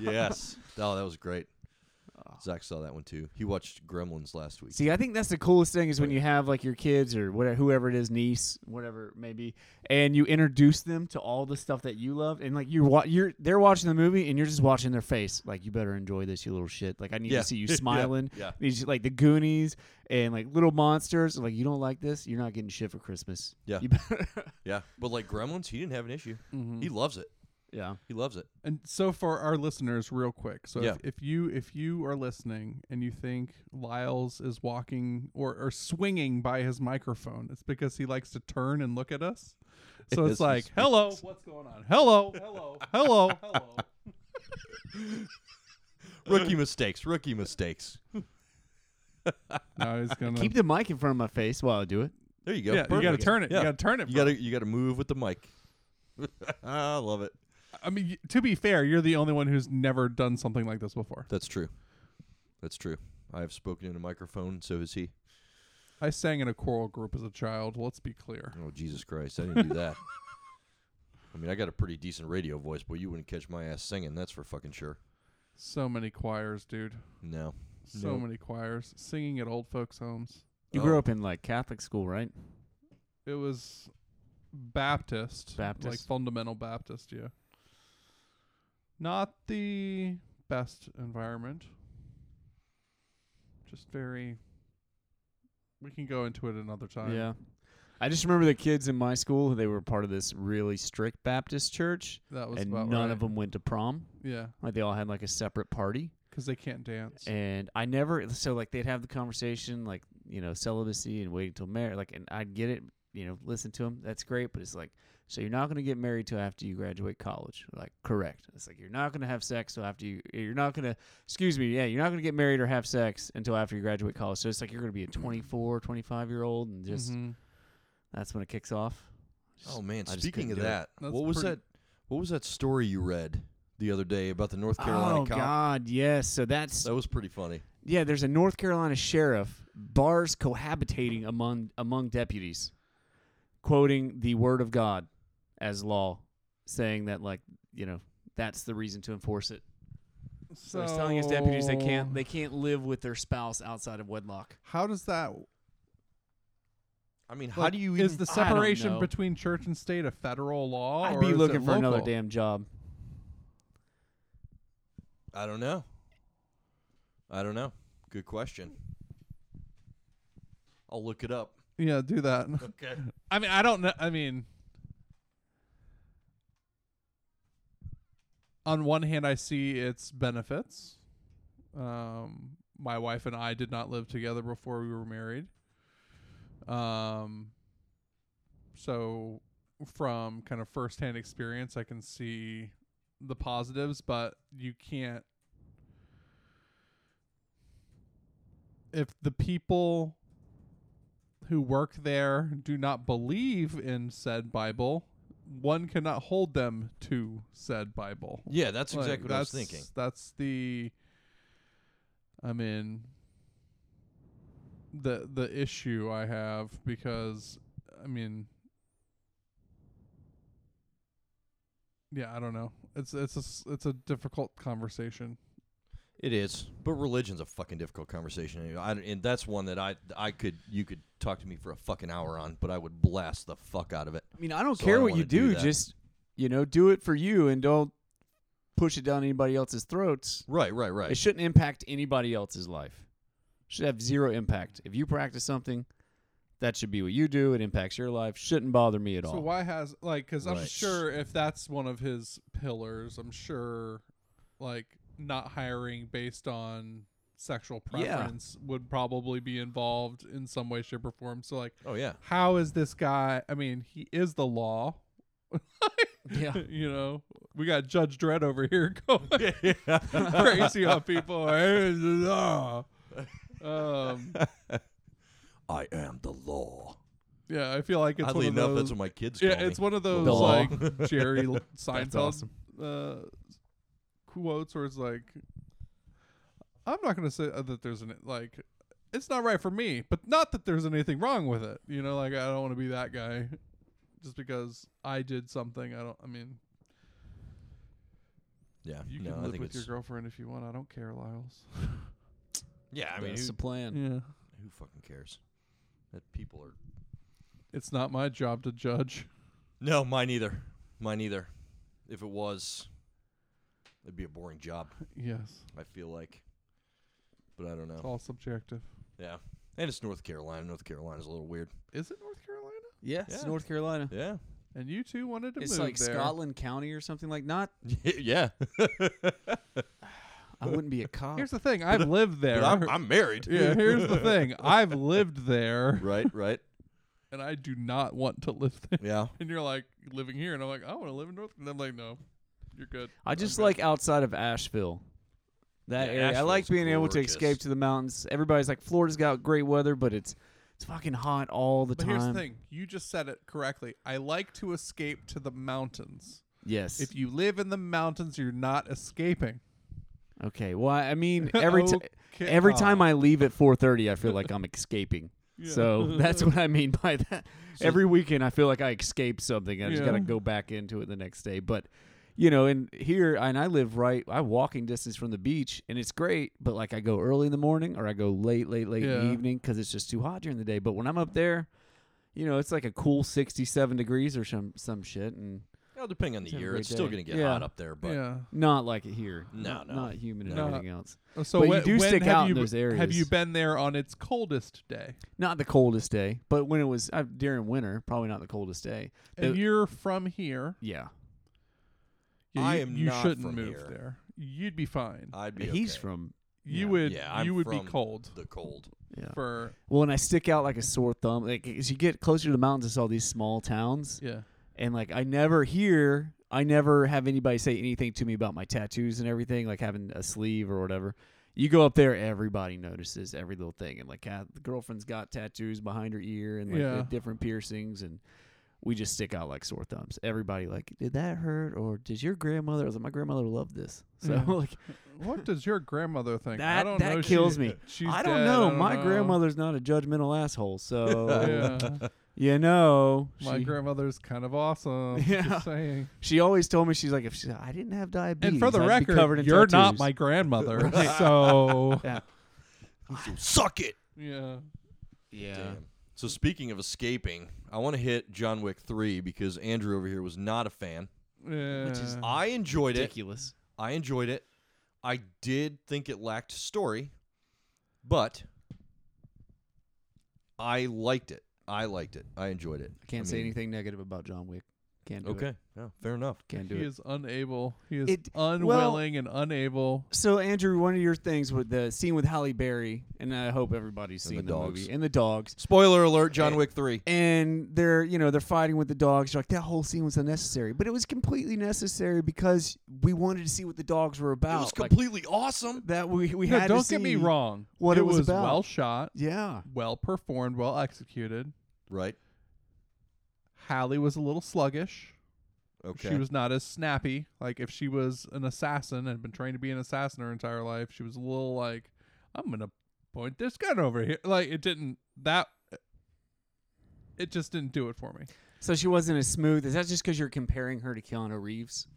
S1: [LAUGHS]
S2: yes. [LAUGHS] Oh, that was great. Zach saw that one too. He watched Gremlins last week.
S1: See, I think that's the coolest thing is when you have like your kids or whatever, whoever it is, niece, whatever it may be, and you introduce them to all the stuff that you love, and like you're wa- you're they're watching the movie and you're just watching their face, like you better enjoy this, you little shit. Like I need
S2: Yeah.
S1: to see you
S2: [LAUGHS] Yeah.
S1: smiling.
S2: Yeah.
S1: These like the Goonies and like Little Monsters. Like you don't like this, you're not getting shit for Christmas.
S2: Yeah.
S1: You better- [LAUGHS]
S2: Yeah. But like Gremlins, he didn't have an issue.
S3: Mhm.
S2: He loves it.
S1: yeah.
S2: He loves it.
S3: And so for our listeners, real quick. So
S2: Yeah.
S3: if, if you if you are listening and you think Lyles is walking or, or swinging by his microphone, it's because he likes to turn and look at us. So
S2: Yes,
S3: it's
S2: he
S3: like,
S2: speaks.
S3: hello, what's going on? Hello, hello, hello,
S2: [LAUGHS]
S3: hello.
S2: Rookie mistakes. Rookie mistakes.
S3: Now he's gonna
S1: Keep the mic in front of my face while I do it.
S2: There you go.
S3: yeah. You gotta
S2: Perfect.
S3: turn it.
S2: Yeah.
S3: You gotta turn it.
S2: You
S3: bro.
S2: gotta you gotta move with the mic. [LAUGHS] I love it.
S3: I mean, y- to be fair, you're the only one who's never done something like this before.
S2: That's true. That's true. I have spoken in a microphone, so has he.
S3: I sang in a choral group as a child. Let's be clear.
S2: Oh Jesus Christ, I didn't do that. [LAUGHS] I mean I got a pretty decent radio voice, but you wouldn't catch my ass singing, that's for fucking sure.
S3: So many choirs, dude.
S2: No.
S3: So
S2: Nope.
S3: many choirs singing at old folks' homes.
S1: You
S2: Oh.
S1: grew up in like Catholic school, right?
S3: It was Baptist. Like
S1: Baptist.
S3: fundamental Baptist, yeah. Not the best environment. Just very we can go into it another time.
S1: Yeah. I just remember the kids in my school, they were part of this really strict Baptist church,
S3: That was
S1: and
S3: about
S1: none
S3: right.
S1: of them went to prom.
S3: Yeah,
S1: Like they all had like a separate party.
S3: 'cause they can't dance.
S1: And I never, so like they'd have the conversation, like, you know, celibacy and waiting till marriage. Like, and I'd get it, you know, listen to them. That's great. But it's like, so you're not going to get married till after you graduate college. Like, correct. It's like, you're not going to have sex till after you, you're not going to, excuse me, yeah, you're not going to get married or have sex until after you graduate college. So it's like you're going to be a 24, 25 year old and just,
S3: Mhm.
S1: that's when it kicks off.
S2: Oh man,
S1: I just
S2: speaking
S1: couldn't
S2: of
S1: do it.
S2: that,
S3: That's
S2: what was
S3: pretty-
S2: that? What was that story you read the other day about the North Carolina
S1: oh
S2: cop?
S1: God, yes. So that's
S2: That was pretty funny.
S1: yeah. There's a North Carolina sheriff bars cohabitating among among deputies, quoting the word of God as law, saying that like you know that's the reason to enforce it. So,
S3: So
S1: he's telling his deputies they can't they can't live with their spouse outside of wedlock.
S3: How does that
S2: I mean, how
S3: like,
S2: do you even?
S3: Is the
S1: I don't
S3: separation
S1: know.
S3: between church and state a federal law
S1: I'd
S3: or
S1: be
S3: is it
S1: looking for another
S3: local?
S1: damn job.
S2: I don't know. I don't know. Good question. I'll look it up.
S3: Yeah, do that. [LAUGHS]
S2: Okay.
S3: I mean, I don't know. I mean, on one hand, I see its benefits. Um, my wife and I did not live together before we were married. Um, so from kind of firsthand experience, I can see the positives, but you can't. If the people who work there do not believe in said Bible, one cannot hold them to said Bible.
S2: Yeah, that's
S3: Like,
S2: exactly what I was thinking.
S3: That's the I mean the the issue I have because I mean Yeah, I don't know. It's it's a s- it's a difficult conversation.
S2: It is, but religion's a fucking difficult conversation. You know, I, and that's one that I I could you could talk to me for a fucking hour on, but I would blast the fuck out of it.
S1: I mean, I don't
S2: So I
S1: care
S2: don't
S1: what you
S2: wanna do
S1: do.
S2: that.
S1: just you know, do it for you and don't push it down anybody else's throats.
S2: Right, right, right.
S1: It shouldn't impact anybody else's life. Should have zero impact. If you practice something, that should be what you do. It impacts your life. Shouldn't bother me at all.
S3: So why has like? Because I'm
S2: Right.
S3: sure if that's one of his pillars, I'm sure, like not hiring based on sexual preference would probably be involved in some way, shape, or form. So like,
S1: [LAUGHS]
S2: Oh yeah.
S3: how is this guy? I mean, he is the law.
S1: [LAUGHS]
S3: [LAUGHS]
S1: Yeah.
S3: you know, we got Judge Dredd over here [LAUGHS] going [LAUGHS] crazy on people. Hey, the law. Um,
S2: I am the law.
S3: yeah, I feel like it's
S2: Oddly
S3: one
S2: enough,
S3: of those.
S2: that's what my kids call
S3: yeah, it's
S2: me.
S3: one of those
S2: law.
S3: like Jerry
S2: [LAUGHS]
S3: Seinfeld
S1: awesome.
S3: uh, quotes where it's like, "I'm not going to say uh, that there's an like." It's not right for me, but not that there's anything wrong with it. You know, like I don't want to be that guy, just because I did something. I don't. I mean,
S2: yeah.
S3: You
S2: Uh, no,
S3: can
S2: I
S3: live
S2: think
S3: with your
S2: it's.
S3: girlfriend if you want. I don't care, Lyles.
S2: Yeah, I mean,
S1: That's
S2: who,
S1: the plan.
S3: Yeah.
S2: who fucking cares? That people are.
S3: It's not my job to judge. [LAUGHS]
S2: No, mine either. Mine either. If it was, it'd be a boring job.
S3: Yes.
S2: I feel like, but I don't
S3: It's
S2: know.
S3: all subjective.
S2: Yeah, and it's North Carolina. North Carolina's a little weird.
S3: Is it North Carolina?
S1: Yeah, it's
S2: Yeah.
S1: North Carolina.
S2: Yeah,
S3: And you two wanted to
S1: It's
S3: move
S1: like
S3: there.
S1: Scotland County or something like. Not,
S2: [LAUGHS] yeah.
S1: I wouldn't be a cop.
S3: Here's the thing. I've lived there.
S2: But I'm, I'm married.
S3: [LAUGHS] yeah,
S2: [LAUGHS]
S3: here's the thing. I've lived there
S2: Right, right.
S3: and I do not want to live [LAUGHS] there.
S2: Yeah.
S3: And you're like living here and I'm like, I want to live in North and I'm like, no. You're good.
S1: I just
S3: good.
S1: like outside of Asheville. That
S2: Yeah,
S1: area. I like
S2: Asheville's
S1: being able to
S2: gorgeous.
S1: escape to the mountains. Everybody's like, Florida's got great weather, but it's it's fucking hot all the
S3: But
S1: time.
S3: here's the thing. You just said it correctly. I like to escape to the mountains.
S1: Yes.
S3: If you live in the mountains, you're not escaping. [LAUGHS]
S1: okay. Well, I mean, every ti-
S3: Oh, Okay.
S1: every
S3: Aw.
S1: time I leave at 4:30, I feel like I'm escaping. So [LAUGHS] that's what I mean by that. Every weekend, I feel like I escaped something. I just
S3: Yeah.
S1: got to go back into it the next day. But you know, and here, and I live right, I walking distance from the beach, and it's great. But like, I go early in the morning or I go late, late, late in
S3: Yeah.
S1: the evening because it's just too hot during the day. But when I'm up there, you know, it's like a cool 67 degrees or some some shit, and
S2: [LAUGHS] Well, depending on the
S1: It's a
S2: year,
S1: great
S2: it's still
S1: day.
S2: gonna get
S1: Yeah.
S2: hot up there. But
S3: yeah.
S1: not like it here.
S2: No,
S1: Not-
S2: no.
S1: not humid and
S3: No.
S1: everything else.
S3: Oh, So
S1: But you
S3: when-
S1: do
S3: when
S1: stick
S3: have
S1: out
S3: you
S1: in those
S3: b- Have
S1: areas.
S3: you been there on its coldest day?
S1: Not the coldest day, but when it was uh, during winter, probably not the coldest day.
S3: And
S1: The-
S3: you're from here.
S1: yeah,
S3: Yeah,
S2: I
S3: you,
S2: am
S3: you
S2: not
S3: shouldn't
S2: from
S3: move
S2: here.
S3: there. You'd be fine.
S2: I'd be.
S1: he's
S2: okay.
S1: from
S3: you
S1: yeah.
S3: would.
S2: Yeah, I'm
S3: you would be
S2: from
S3: cold
S2: the cold.
S1: yeah.
S3: for.
S1: Well, and I stick out like a sore thumb. Like as you get closer to the mountains, it's all these small towns,
S3: Yeah.
S1: and like I never hear, I never have anybody say anything to me about my tattoos and everything, like having a sleeve or whatever. You go up there, everybody notices every little thing, and like ah, the girlfriend's got tattoos behind her ear and like
S3: Yeah.
S1: the different piercings, and we just stick out like sore thumbs. Everybody like, did that hurt, or did your grandmother? I was like, my grandmother loved this, so
S3: Yeah.
S1: [LAUGHS] like
S3: What does your grandmother think? I
S1: That-
S3: don't
S1: that
S3: know.
S1: kills
S3: She-
S1: me.
S3: she's
S1: I don't
S3: dead.
S1: know.
S3: I don't
S1: my
S3: know.
S1: grandmother's not a judgmental asshole, so
S3: [LAUGHS]
S1: [LAUGHS]
S3: Yeah.
S1: you know,
S3: my
S1: she,
S3: grandmother's kind of awesome.
S1: [LAUGHS] Yeah.
S3: Just saying.
S1: she always told me she's like, if she, I didn't have diabetes,
S3: And for the
S1: I'd be covered
S3: record,
S1: in
S3: you're not
S1: tattoos." [LAUGHS]
S3: my grandmother. so.
S1: Yeah.
S2: So suck it.
S3: Yeah.
S1: Yeah.
S2: Damn. So speaking of escaping, I want to hit John Wick three because Andrew over here was not a fan.
S3: Yeah.
S1: Which is
S2: I enjoyed it.
S1: Ridiculous.
S2: I enjoyed it. I did think it lacked story, but I liked it. I liked it. I enjoyed it.
S1: I can't
S2: I
S1: say
S2: mean-
S1: anything negative about John Wick. Can't do it.
S2: Okay. Yeah, fair enough.
S1: Can't do
S3: he
S1: it.
S3: is unable. He is
S1: It- well-
S3: unwilling and unable.
S1: So Andrew, one of your things with the scene with Halle Berry, and I hope everybody's
S2: And the
S1: seen the,
S2: dogs.
S1: movie and the dogs.
S2: Spoiler alert: John
S1: Eh.
S2: Wick three.
S1: and they're you know they're fighting with the dogs You're like that whole scene was unnecessary but it was completely necessary because we wanted to see what the dogs were
S2: It
S1: about
S2: was
S1: Like,
S2: completely awesome.
S1: that we we
S3: No,
S1: had
S3: don't
S1: to
S3: get me
S1: see-
S3: wrong.
S1: what
S3: it
S1: it was about.
S3: well shot,
S1: yeah
S3: well performed, well executed.
S2: Right.
S3: Hallie was a little sluggish.
S2: Okay.
S3: She was not as snappy. Like if she was an assassin and been trained to be an assassin her entire life, she was a little like, "I'm gonna point this gun over here." Like it didn't that. It just didn't do it for me.
S1: so she wasn't as smooth is that just because you're comparing her to Keanu Reeves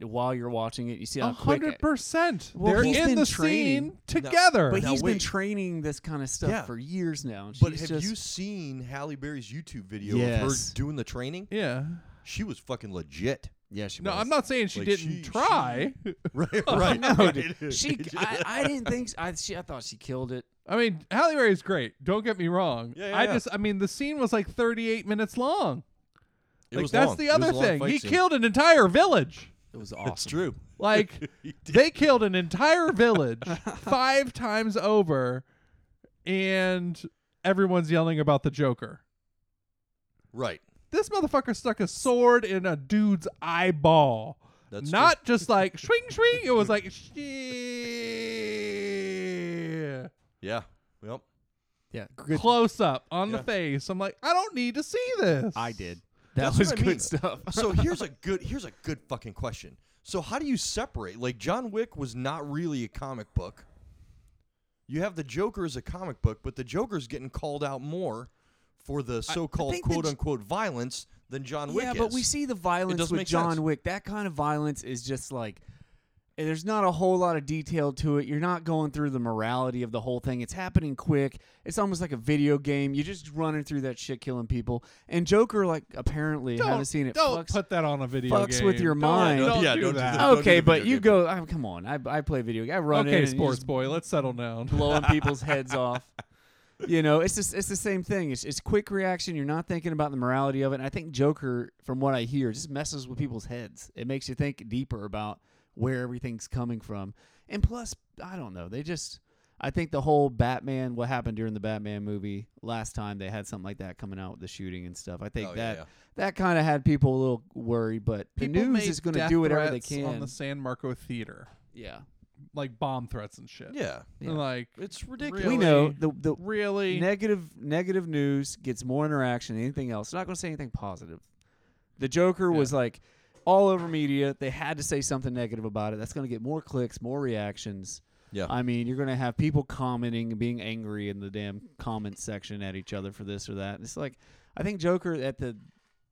S1: while you're watching it you see how
S3: A
S1: quick
S3: hundred percent.
S1: Well,
S3: They're
S1: he's
S3: in
S1: been
S3: the
S1: training.
S3: scene together.
S1: but
S2: Now,
S1: he's been
S2: wait.
S1: training this kind of stuff
S2: Yeah.
S1: for years now and
S2: but
S1: she's
S2: have
S1: just,
S2: you seen Halle Berry's YouTube video of her
S1: Yes.
S2: doing the training?
S3: yeah.
S2: She was fucking legit.
S1: [LAUGHS] yeah she
S3: No,
S1: was.
S3: I'm not saying she
S2: Like,
S3: didn't
S2: she-
S3: try.
S2: Right. Right.
S1: Oh, no,
S2: [LAUGHS]
S1: dude. she
S2: It-
S1: I, I didn't think s- I she I thought she killed it
S3: I mean, Halle Berry's great. Don't get me wrong.
S2: Yeah, yeah,
S3: I
S2: yeah.
S3: just, I mean, the scene was like 38 minutes long.
S2: it
S3: like
S2: was
S3: that's
S2: long.
S3: the
S2: It was
S3: other
S2: a long
S3: thing.
S2: fight [LAUGHS]
S3: He
S2: scene.
S3: killed an entire village.
S1: It was awesome.
S2: That's true. [LAUGHS]
S3: Like they killed an entire village five times over, and everyone's yelling about the Joker.
S2: Right.
S3: This motherfucker stuck a sword in a dude's eyeball.
S2: That's
S3: Not
S2: [LAUGHS]
S3: just like swing swing. It was like shee-
S2: True. Yeah.
S1: [LAUGHS]
S2: Well,
S1: Yeah, good.
S3: close up on
S2: Yeah.
S3: the face. I'm like, I don't need to see this.
S1: I did. That
S2: That's
S1: was
S2: what I
S1: good
S2: mean.
S1: stuff.
S2: so here's a good here's a good fucking question. So how do you separate? Like John Wick was not really a comic book. You have the Joker as a comic book, but the Joker's getting called out more for the so-called
S1: think the J-
S2: quote unquote violence than John Wick
S1: yeah,
S2: is.
S1: but we see the violence
S2: doesn't
S1: with
S2: make
S1: John
S2: sense.
S1: Wick. That kind of violence is just like eh, there's not a whole lot of detail to it. You're not going through the morality of the whole thing. It's happening quick. It's almost like a video game. You're just running through that shit, killing people. And Joker, like apparently,
S3: Don't,
S1: haven't seen it.
S3: Don't
S1: fucks-
S3: put that on a video.
S1: fucks with
S3: game.
S1: your
S3: Don't-
S1: mind.
S3: Don't,
S2: Yeah,
S3: do
S2: don't do
S3: that.
S2: that. don't
S1: okay,
S2: do the
S1: but
S2: video
S1: you
S2: game.
S1: go. I, come on, I, I play video. game. I run in
S3: Okay,
S1: and you
S3: sports
S1: just
S3: boy, let's settle down.
S1: blowing people's heads off. You know, it's just it's the same thing. It's it's quick reaction. You're not thinking about the morality of it. And I think Joker, from what I hear, just messes with people's heads. It makes you think deeper about where everything's coming from. And plus, I don't know. They just I think the whole Batman what happened during the Batman movie last time they had something like that coming out with the shooting and stuff. I think
S2: Oh, yeah,
S1: that
S2: yeah.
S1: that kind of had people a little worried, but the
S3: People
S1: news
S3: made
S1: is going to
S3: death
S1: do whatever they
S3: threats
S1: can.
S3: on the San Marco Theater,
S1: yeah.
S3: like bomb threats and shit.
S2: Yeah.
S1: Yeah.
S3: And, like
S2: It's ridiculous.
S3: ridiculous.
S1: We know the the
S3: really
S1: negative negative news gets more interaction than anything else. not going to say anything positive. The Joker was like all over media. They had to say something negative about it. That's going to get more clicks, more reactions.
S2: Yeah.
S1: I mean, you're going to have people commenting and being angry in the damn comment section at each other for this or that. It's like I think Joker at the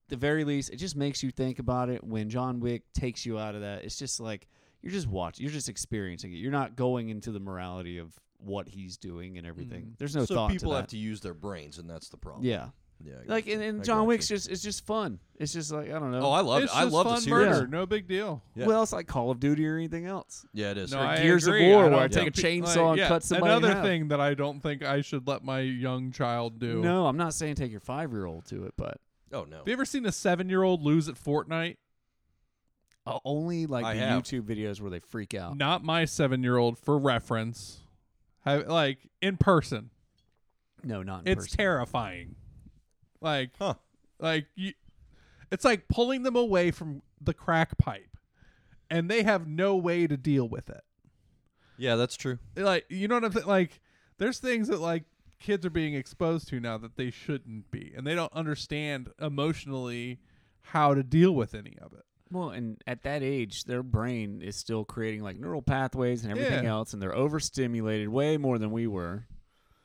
S1: the very least, it just makes you think about it when John Wick takes you out of that. It's just like you're just watching, you're just experiencing it. You're not going into the morality of what he's doing and everything. There's no
S2: so
S1: thought
S2: people
S1: to that.
S2: have to use their brains, and that's the problem.
S1: Yeah.
S2: Yeah. I
S1: Like
S2: got
S1: and,
S2: you. I
S1: and
S2: got
S1: John
S2: you.
S1: Wick's just it's just fun. It's just like I don't know.
S2: Oh, I love it.
S3: it's
S2: I
S3: just
S2: love the
S3: fun
S2: series.
S3: murder. No big deal.
S2: yeah.
S1: Well, it's like Call of Duty or anything else.
S2: Yeah, it is.
S3: No,
S1: Or
S3: I
S1: Gears of
S3: agree.
S1: War,
S3: I
S1: where
S3: don't
S1: I take
S3: think
S1: a
S3: pe-
S1: chainsaw
S3: like,
S1: and
S3: yeah,
S1: cut somebody in
S3: Another
S1: half.
S3: thing that I don't think I should let my young child do.
S1: No, I'm not saying take your five year old to it, but
S2: Oh no.
S3: Have you ever seen a seven-year-old lose at Fortnite?
S1: uh, only like
S2: I
S1: the
S2: have.
S1: YouTube videos where they freak out.
S3: Not my seven-year-old, for reference. Have, like in person,
S1: No, not in
S3: it's
S1: person.
S3: terrifying. Like,
S2: Huh.
S3: like you, it's like pulling them away from the crack pipe, and they have no way to deal with it.
S2: Yeah, that's true.
S3: like you know what I'm saying? Like there's things that like kids are being exposed to now that they shouldn't be, and they don't understand emotionally how to deal with any of it.
S1: Well, and at that age, their brain is still creating like neural pathways and everything
S3: Yeah.
S1: else, and they're overstimulated way more than we were.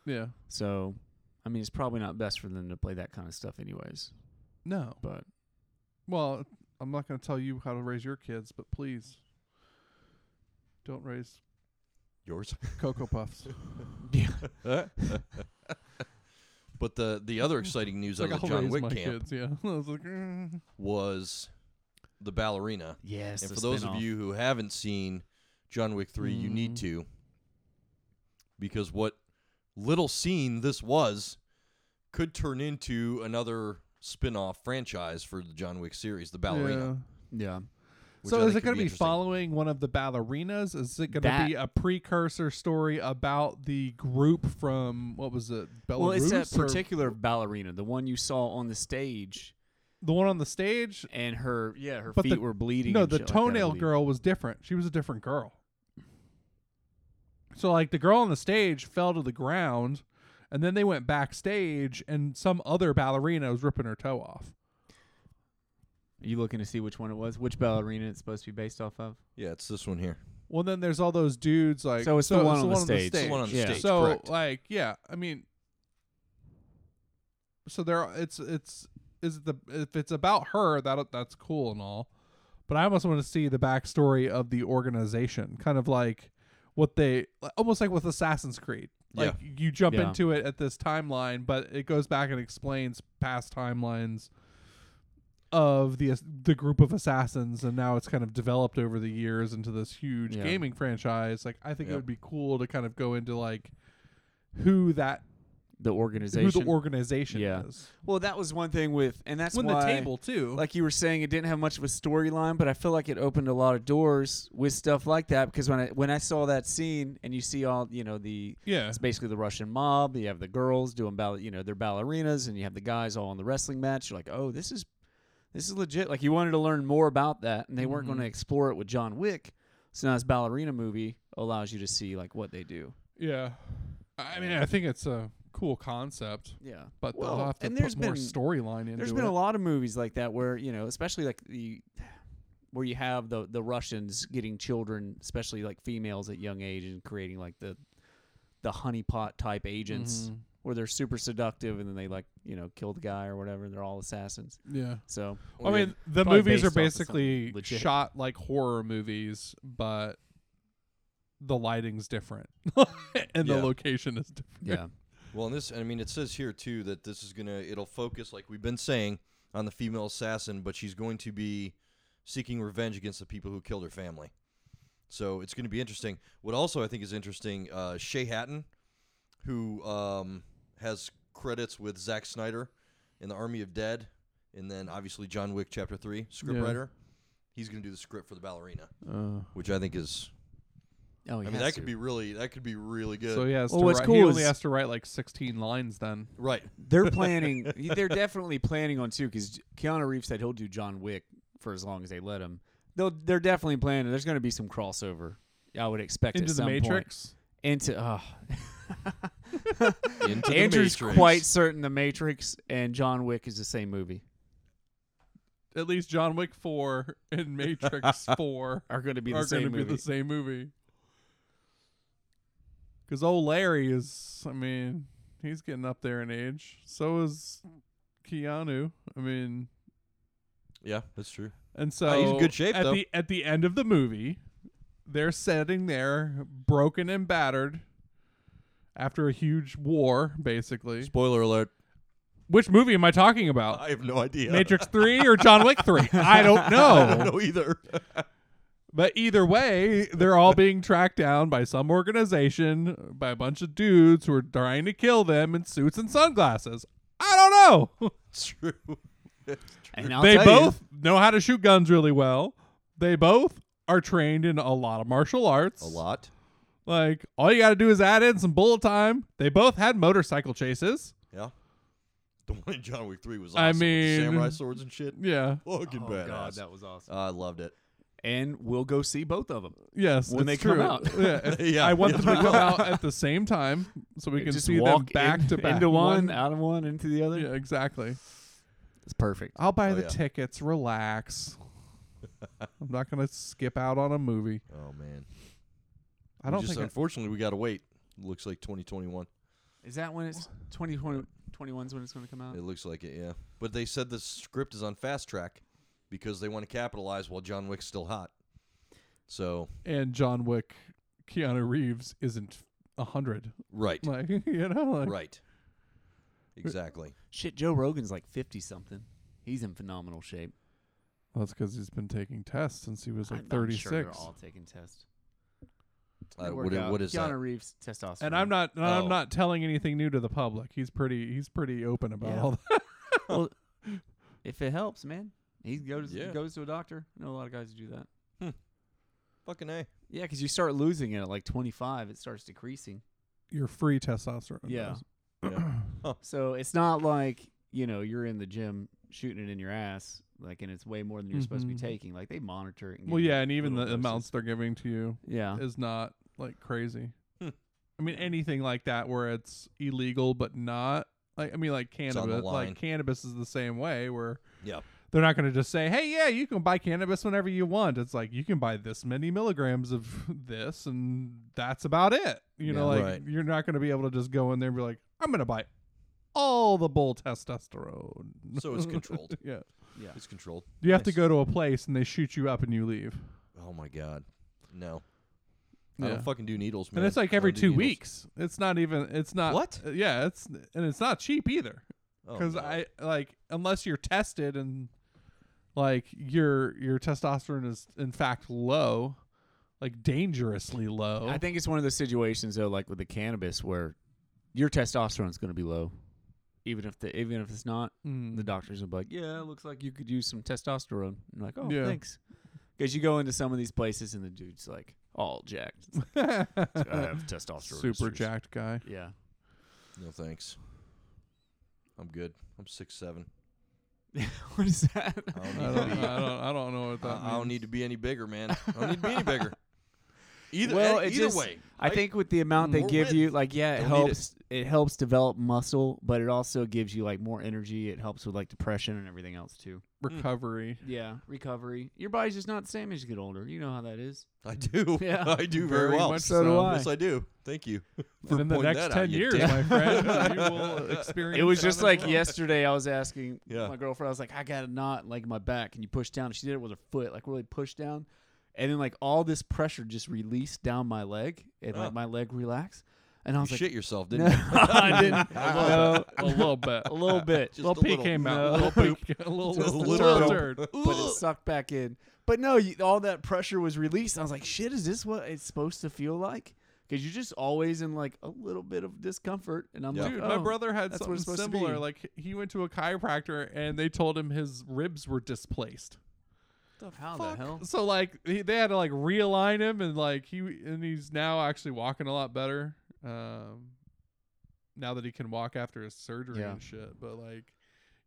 S3: Yeah.
S1: So, I mean, it's probably not best for them to play that kind of stuff, anyways.
S3: No.
S1: But
S3: Well, I'm not going to tell you how to raise your kids, but please don't raise
S2: Yours. [LAUGHS]
S3: cocoa puffs.
S1: yeah,
S2: But the the other exciting
S3: [LAUGHS]
S2: news out
S3: like
S2: of the
S3: I'll
S2: John
S3: raise
S2: Wick
S3: my
S2: camp
S3: kids. Yeah. [LAUGHS] I was like, "Mm."
S2: was the ballerina.
S1: yes.
S2: and
S1: the
S2: for those of
S1: spin-off.
S2: you who haven't seen John Wick 3, you need
S3: Mm.
S1: Mhm.
S2: to because what little scene this was could turn into another spin-off franchise for the John Wick series, the ballerina.
S3: Yeah.
S1: yeah,
S2: which I
S3: So is
S2: think
S3: it
S2: could
S3: going to be
S2: interesting.
S3: following one of the ballerinas? Is it going to
S1: That-
S3: be a precursor story about the group from what was it? Belarus
S1: well, it's that
S3: or
S1: particular ballerina, the one you saw on the stage,
S3: the one on the stage.
S1: and her yeah, her
S3: But the-
S1: feet were bleeding.
S3: No,
S1: and
S3: the
S1: shit like that, I
S3: toenail
S1: believe.
S3: girl was different. She was a different girl. So like the girl on the stage fell to the ground, and then they went backstage, and some other ballerina was ripping her toe off.
S1: Are you looking to see which one it was? Which ballerina it's supposed to be based off of?
S2: Yeah, it's this one here.
S3: Well, then there's all those dudes like
S1: So it's the one on the stage.
S2: It's the one on the
S1: Yeah.
S2: stage,
S3: so
S2: correct.
S3: like yeah i mean so there are- it's it's is it the if it's about her that that's cool and all but i almost want to see the backstory of the organization kind of like what they almost like with assassin's creed like you jump
S1: Yeah.
S3: into it at this timeline but it goes back and explains past timelines of the the group of assassins and now it's kind of developed over the years into this huge
S1: Yeah.
S3: gaming franchise like i think it
S2: Yep.
S3: would be cool to kind of go into like who that
S1: the
S3: who
S1: organization.
S3: the organization
S1: Yeah.
S3: is.
S1: well, that was one thing with, and that's
S3: When
S1: why,
S3: the table too.
S1: like you were saying, it didn't have much of a storyline, but I feel like it opened a lot of doors with stuff like that because when I when I saw that scene and you see all you know the
S3: yeah.
S1: it's basically the Russian mob. You have the girls doing ball, you know, they're ballerinas, and you have the guys all in the wrestling match. You're like, oh, this is this is legit. Like you wanted to learn more about that, and they weren't going to explore it with John Wick. So now this ballerina movie allows you to see like what they do.
S3: Yeah. I mean, I think it's a cool concept,
S1: Yeah,
S3: but
S1: Well,
S3: they'll have to
S1: and
S3: put
S1: there's
S3: more
S1: been-
S3: storyline into
S1: there's
S3: it.
S1: been a lot of movies like that where you know, especially like the where you have the the Russians getting children, especially like females at young age, and creating like the the honeypot type agents.
S3: Mhm.
S1: where they're super seductive and then they like you know kill the guy or whatever. They're all assassins.
S3: Yeah.
S1: So
S3: I
S2: Well, yeah,
S3: mean, the
S1: probably
S3: movies
S1: based
S3: are
S1: off of
S3: basically
S1: something legit.
S3: shot like horror movies, but the lighting's different [LAUGHS] and
S2: Yeah.
S3: the location is different.
S2: [LAUGHS]
S1: yeah,
S2: Well, and this, I mean, it says here too that this is gonna, it'll focus, like we've been saying, on the female assassin, but she's going to be seeking revenge against the people who killed her family. So it's going to be interesting. What also I think is interesting, uh, Shay Hatton, who um, has credits with Zack Snyder in the Army of Dead, and then obviously John Wick Chapter Three scriptwriter. He's going to do the script for the ballerina, which I think is,
S1: oh,
S2: I mean, that could be really, that could be really good.
S3: So he has
S1: Well,
S3: to
S1: what's
S3: write, he
S1: cool
S3: only
S1: is-
S3: has to write like 16 lines then.
S2: right.
S1: [LAUGHS]
S2: [LAUGHS]
S1: They're planning. they're definitely planning on too because Keanu Reeves said he'll do John Wick for as long as they let him. They'll they're definitely planning. There's going to be some crossover. I would expect
S3: Into
S1: at
S3: the
S1: some point.
S3: Matrix.
S1: Into uh,
S2: Into the
S1: Andrew's
S2: Matrix.
S1: quite certain the Matrix and John Wick is the same movie
S3: At least John Wick 4 [LAUGHS] and
S2: [LAUGHS]
S3: Matrix 4
S1: are going to be the
S3: are going
S1: same
S3: to be
S1: movie.
S3: the same movie. Because old Larry is, I mean, he's getting up there in age. So is Keanu. I mean,
S2: Yeah, that's true.
S3: And so
S2: he's in good shape,
S3: at
S2: though.
S3: the at the end of the movie, they're sitting there broken and battered after a huge war, basically.
S2: Spoiler alert.
S3: Which movie am I talking about?
S2: I have no idea.
S3: Matrix 3 or John Wick 3? I don't
S2: [LAUGHS] I don't
S3: know.
S2: know either. [LAUGHS]
S3: But either way, they're all being tracked down by some organization, by a bunch of dudes who are trying to kill them in suits and sunglasses. I don't know.
S2: It's true. [LAUGHS] It's true.
S1: And I'll
S3: they
S1: tell you-
S3: both know how to shoot guns really well. They both are trained in a lot of martial arts.
S2: A lot.
S3: Like all you got to do is add in some bullet time. They both had motorcycle chases.
S2: Yeah. The one in John Wick 3 was awesome.
S3: I
S2: with the samurai
S3: mean-
S2: swords and
S3: [LAUGHS]
S2: shit.
S3: Yeah.
S2: Fucking
S1: Oh
S2: badass.
S1: God, that was awesome.
S2: Uh, I loved it.
S1: And we'll go see both of them.
S3: Yes.
S1: When
S3: it's
S1: they come
S3: true. [LAUGHS]
S1: out.
S3: Yeah.
S2: [LAUGHS]
S3: if-
S2: Yeah.
S3: I want them
S2: [LAUGHS]
S3: to
S2: Yeah.
S3: come out at the same time so we can
S1: Just
S3: see them
S1: walk
S3: back
S1: in-
S3: to back.
S1: into one, out of one, into the other.
S3: Yeah, exactly.
S1: It's perfect.
S3: I'll buy
S2: Oh,
S3: the
S2: yeah. [LAUGHS]
S3: tickets. Relax. I'm not gonna skip out on a movie.
S2: Oh, man.
S3: I don't think. I-
S2: Unfortunately, we got to wait. Looks like 2021.
S1: Is that when it's 2021's when it's going to come
S3: Uh.
S1: out?
S2: It looks like it, yeah. But they said the script is on fast track because they want to capitalize while John Wick's still hot. So,
S3: and John Wick, Keanu Reeves isn't a hundred. [LAUGHS]
S2: right.
S3: Like you know, like
S2: Right. Exactly.
S1: Shit, Joe Rogan's like 50 something. He's in phenomenal shape.
S3: Well, that's because he's been taking tests since he was like
S1: I'm not
S3: 36.
S1: Sure they're all taking tests.
S2: Uh,
S1: They
S2: what,
S1: work
S2: i-
S1: out.
S2: what is
S1: Keanu
S2: that?
S1: Reeves testosterone.
S3: and I'm not I'm
S2: Oh.
S3: not telling anything new to the public. He's pretty he's pretty open about
S1: Yeah.
S3: all [LAUGHS] that.
S1: Well, if it helps, man, he goes
S2: Yeah.
S1: goes to a doctor. I know a lot of guys who do that.
S2: Fucking A.
S1: Yeah, because you start losing it at like 25, it starts decreasing.
S3: Your free testosterone.
S1: Yeah.
S3: dose.
S2: Yeah.
S1: So it's not like you know you're in the gym shooting it in your ass, like, and it's way more than you're supposed to be
S3: Mhm.
S1: taking. Like they monitor it. And
S3: Well,
S1: give you
S3: yeah, and even the
S1: little doses.
S3: amounts they're giving to you
S1: Yeah.
S3: is not like crazy.
S2: Hmm.
S3: I mean, anything like that where it's illegal but not like I mean, like
S2: on the
S3: cannabis.
S2: line.
S3: Like cannabis is the same way where
S2: Yeah.
S3: they're not going to just say, "Hey, yeah, you can buy cannabis whenever you want." It's like you can buy this many milligrams of [LAUGHS] this, and that's about it. You know,
S1: Yeah.
S3: like
S2: Right.
S3: you're not going to be able to just go in there and be like, "I'm going to buy all the bull testosterone." [LAUGHS]
S2: So it's controlled.
S3: yeah,
S2: It's controlled.
S3: you have to
S1: Nice.
S3: go to a place and they shoot you up and you leave,
S2: Oh my god, no! I
S3: Yeah.
S2: don't fucking do needles, man.
S3: and it's like
S2: I
S3: every
S2: don't do needles.
S3: two weeks. It's not even. It's not
S2: What?
S3: uh, yeah, it's and it's not cheap either.
S2: Oh,
S3: because
S2: no.
S3: I like unless you're tested and like your your testosterone is in fact low, like dangerously low.
S1: I think it's one of those situations though, like with the cannabis, where your testosterone's going to be low, even if the even if it's not.
S3: Mm. [LAUGHS]
S1: The doctors will be like, "Yeah, it looks like you could use some testosterone." And you're like, "Oh,
S3: Yeah.
S1: thanks." Because you go into some of these places and the dude's like all jacked. It's like, I
S3: [LAUGHS]
S1: have testosterone.
S3: Super
S1: issues."
S3: jacked guy.
S1: Yeah. [LAUGHS]
S2: No thanks. I'm good. I'm six seven.
S1: what is that?
S2: I [LAUGHS] don't need to
S3: [LAUGHS] I don't,
S2: be.
S3: I don't. I don't know what that.
S2: I I don't
S3: means.
S2: need to be any bigger, man. I don't need to be any
S3: [LAUGHS]
S2: bigger. Either
S1: Well,
S2: eh,
S1: it
S2: either
S1: just-
S2: way,
S1: I
S2: right?
S1: think with the amount they
S2: More
S1: give you, like yeah, it
S2: Don't need it.
S1: helps. It. helps develop muscle, but it also gives you like more energy. It helps with like depression and everything else too.
S2: hmm.
S3: recovery.
S1: Yeah, recovery. Your body's just not the same as you get older. You know how that is.
S2: I
S3: [LAUGHS]
S2: do.
S1: [LAUGHS] Yeah.
S2: I do very, well.
S3: much
S1: So do
S3: so.
S1: I.
S2: Yes, I do. Thank you.
S3: And in the
S2: pointing
S3: next
S2: that out,
S3: ten
S2: you
S3: years,
S2: dick.
S3: my
S2: [LAUGHS]
S3: friend, you will experience.
S1: It was just [LAUGHS]
S3: that as
S1: like
S3: well.
S1: yesterday. I was asking
S2: Yeah.
S1: my girlfriend. I was like, I got a knot like in my back, and you push down. And she did it with her foot, like really pushed down, and then like all this pressure just released down my leg, and
S2: Oh.
S1: like my leg relaxed. And I
S2: You
S1: was like,
S2: shit yourself,
S1: No,
S2: didn't you?
S1: I didn't. no,
S3: a little bit.
S1: a little bit.
S2: Just
S3: little
S2: a
S3: pee
S2: little.
S3: came out.
S1: No.
S3: A little poop. A little,
S2: Just a
S3: little,
S2: little
S3: turd.
S2: poop.
S3: turd.
S1: but it sucked back in. But no, you, all that pressure was released. I was like, shit, is this what it's supposed to feel like? Because you're just always in like a little bit of discomfort. And I'm
S2: Yeah.
S1: like,
S3: Dude,
S1: oh.
S3: my brother had
S1: that's what
S3: something
S1: it's supposed to
S3: similar.
S1: be.
S3: Like he went to a chiropractor and they told him his ribs were displaced.
S1: How
S2: fuck?
S1: the hell?
S3: So like he, they had to like realign him and like he and he's now actually walking a lot better. Um, now that he can walk after his surgery
S1: Yeah.
S3: and shit. But like,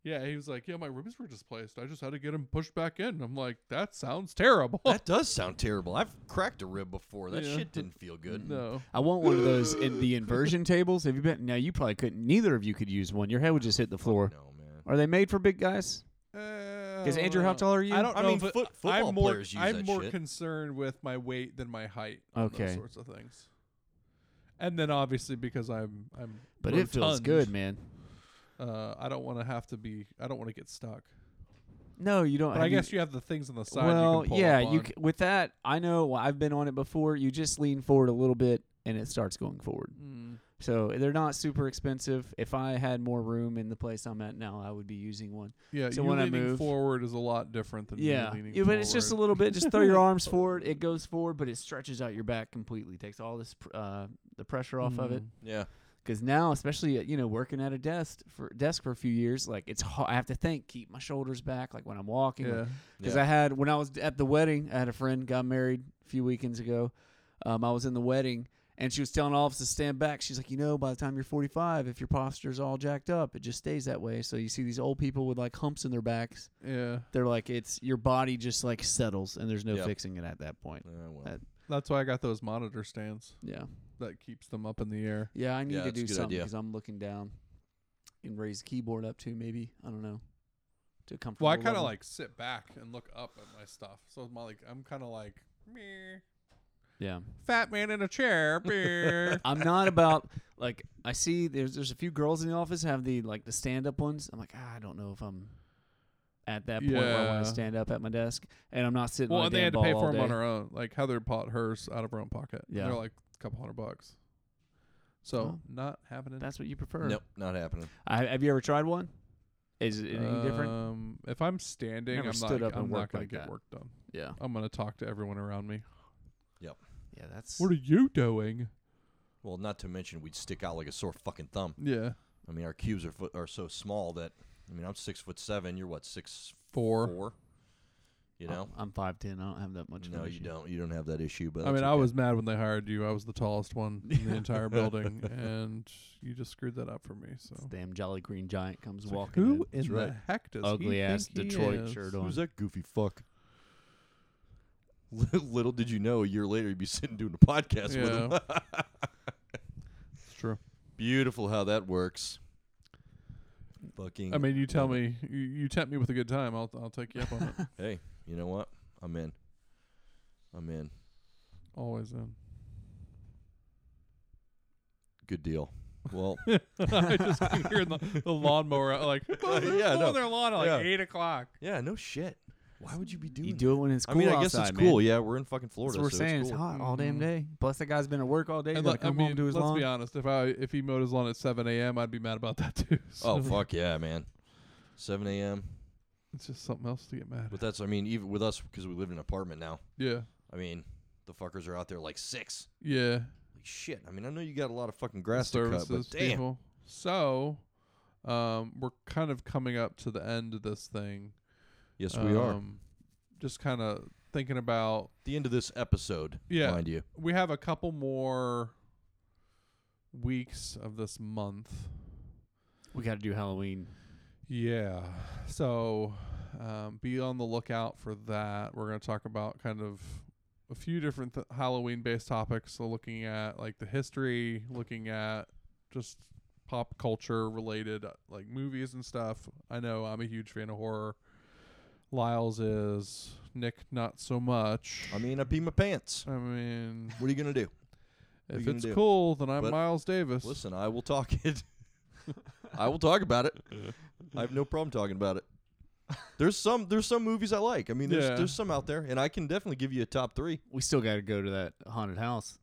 S3: yeah, he was like, yeah, my ribs were displaced. I just had to get him pushed back in. I'm like, that sounds terrible. [LAUGHS]
S2: That does sound terrible. I've cracked a rib before. That
S3: Yeah.
S2: shit didn't feel good.
S3: no.
S1: I want one of those in the inversion tables. Have you been? Now you probably couldn't. Neither of you could use one. Your head would just hit the floor.
S2: No, man.
S1: Are they made for big guys?
S3: Because
S1: Because Andrew, how tall are you?
S3: Uh, I don't
S2: I
S3: know.
S2: mean,
S3: but
S2: foot- football
S3: I'm more,
S2: players use
S3: I'm
S2: that
S3: more
S2: shit.
S3: concerned with my weight than my height. on those
S1: Okay.
S3: sorts of things. And then obviously because I'm I'm
S1: But it feels
S3: rotund,
S1: good, man.
S3: Uh, I don't want to have to be. I don't want to get stuck.
S1: No, you don't.
S3: But I
S1: have you-
S3: guess you have the things on the side.
S1: well,
S3: you can pull
S1: yeah,
S3: up
S1: you
S3: on.
S1: c- with that. I know. Well, I've been on it before. You just lean forward a little bit, and it starts going forward.
S3: Mm.
S1: So they're not super expensive. If I had more room in the place I'm at now, I would be using one.
S3: Yeah,
S1: So
S3: you
S1: when I
S3: leaning
S1: move-
S3: forward is a lot different than me
S1: Yeah,
S3: leaning
S1: yeah but it's just a
S3: forward.
S1: little bit. Just throw [LAUGHS] your arms forward. It goes forward, but it stretches out your back completely. Takes all this pr- uh, the pressure off of it.
S3: Mm.
S2: Yeah.
S1: Because now, especially uh, you know, working at a desk for desk for a few years, like it's hard. I have to think, keep my shoulders back, like when I'm walking.
S3: Yeah,
S1: Because
S2: Yeah.
S1: I had when I was at the wedding, I had a friend got married a few weekends ago. Um, I was in the wedding, and she was telling all of us to stand back. She's like, you know, by the time you're 45, if your posture's all jacked up, it just stays that way. So you see these old people with like humps in their backs.
S3: yeah.
S1: They're like, it's your body just like settles, and there's no
S2: Yep.
S1: fixing it at that point.
S2: Yeah, Ah, well.
S1: That-
S3: That's why I got those monitor stands.
S1: Yeah,
S3: That keeps them up in the air.
S1: yeah. I need
S2: Yeah,
S1: to
S2: that's a
S1: do
S2: good
S1: something
S2: idea.
S1: because I'm looking down and raise the keyboard up too. Maybe I don't know. To a comfortable.
S3: Well, I kind
S1: level.
S3: of like sit back and look up at my stuff. So I'm like, I'm kind of like, meh.
S1: Yeah.
S3: fat man in
S1: [LAUGHS]
S3: a chair. meh.
S1: I'm not about like I see there's there's a few girls in the office have the like the stand up ones. I'm like ah, I don't know if I'm at that point where I
S3: Yeah.
S1: want to stand up at my desk, and I'm not sitting.
S3: well,
S1: on a
S3: and they
S1: damn
S3: had to pay
S1: ball
S3: for
S1: all
S3: them on
S1: day.
S3: her own. Like Heather bought hers out of her own pocket.
S1: Yeah.
S3: they're like a couple hundred bucks. So
S1: Oh.
S3: not happening.
S1: That's what you prefer.
S2: Nope, not happening.
S1: I, have you ever tried one? Is it any different?
S3: Um, if I'm standing,
S1: Never
S3: I'm
S1: stood
S3: not.
S1: up and
S3: I'm not
S1: worked
S3: gonna
S1: like
S3: get
S1: that.
S3: work done.
S1: Yeah.
S3: I'm gonna talk to everyone around me.
S1: Yeah, that's.
S3: What are you doing?
S2: Well, not to mention we'd stick out like a sore fucking thumb.
S3: Yeah,
S2: I mean, our cubes are fo- are so small that I mean, I'm six foot seven. You're what six
S3: four.
S2: four? You know?
S1: I'm five ten. I don't have that much. of an
S2: no, you
S1: issue.
S2: don't. You don't have that issue. But
S3: I mean,
S2: that's
S3: I
S2: okay.
S3: was mad when they hired you. I was the tallest one
S1: [LAUGHS]
S3: in the entire building, and you just screwed that up for me. So
S1: This damn jolly green giant comes
S3: It's like,
S1: walking.
S3: who
S1: in.
S3: in the heck does he
S1: Ugly ass
S3: think he
S1: Detroit
S3: is?
S1: shirt on.
S2: Who's that goofy fuck? [LAUGHS] Little did you know, a year later you'd be sitting doing a podcast with him.
S3: Yeah. [LAUGHS] it's true.
S2: Beautiful how that works. Fucking.
S3: I mean, you tell me, you, you tempt me with a good time. I'll I'll take you up on it.
S2: Hey, you know what? I'm in. I'm in.
S3: Always in. [LAUGHS]
S2: Good deal. Well,
S3: I just keep hearing the, the lawnmower out, like
S2: Uh,
S3: "Well, they're
S2: yeah,
S3: mowing
S2: no.
S3: their lawn at like
S2: Yeah.
S3: eight o'clock.
S2: [LAUGHS] yeah, no shit. Why would you be doing?
S1: You
S2: that?
S1: do it when it's
S2: I
S1: cool
S2: mean, I guess
S1: outside,
S2: it's
S1: man.
S2: cool. Yeah, we're in fucking
S1: That's
S2: Florida,
S1: what we're
S2: so
S1: saying.
S2: it's
S1: It's,
S2: cool. Mm-hmm.
S1: hot all damn
S3: Mhm.
S1: day. Plus, that guy's been at work all day.
S3: And
S1: He's
S3: le-
S1: gotta
S3: I
S1: come home
S3: mean,
S1: to his
S3: let's
S1: lawn.
S3: be honest. If I if he mowed his lawn at seven a.m., I'd be mad about that too. [LAUGHS]
S2: Oh
S3: so
S2: fuck yeah, man. 7 a.m.
S3: It's just something else to get mad.
S2: But
S3: At.
S2: that's I mean even with us because we live in an apartment now.
S3: Yeah,
S2: I mean the fuckers are out there like six.
S3: yeah.
S2: Like, shit. I mean, I know you got a lot of fucking grass to cut,
S3: services
S2: but damn.
S3: people. So, um, we're kind of coming up to the end of this thing.
S2: Yes, we are.
S3: Um, Just kind of thinking about
S2: The end of this episode,
S3: Yeah.
S2: mind you.
S3: we have a couple more weeks of this month.
S1: We got to do Halloween.
S3: Yeah. So um, be on the lookout for that. We're going to talk about kind of a few different th- Halloween based topics. So looking at like the history, looking at just pop culture related uh, like movies and stuff. I know I'm a huge fan of horror. Lyles is. Nick, not so much.
S2: I mean, I pee my pants. [LAUGHS]
S3: I mean,
S2: What are you gonna do? you
S3: if
S2: gonna
S3: it's
S2: do?
S3: cool, then I'm
S2: But-
S3: Miles Davis.
S2: Listen, I will talk it. [LAUGHS] I will talk about it. I have no problem talking about it. There's some there's some movies I like. I mean, there's
S3: Yeah.
S2: there's some out there, and I can definitely give you a top three.
S1: We still got to go to that haunted house.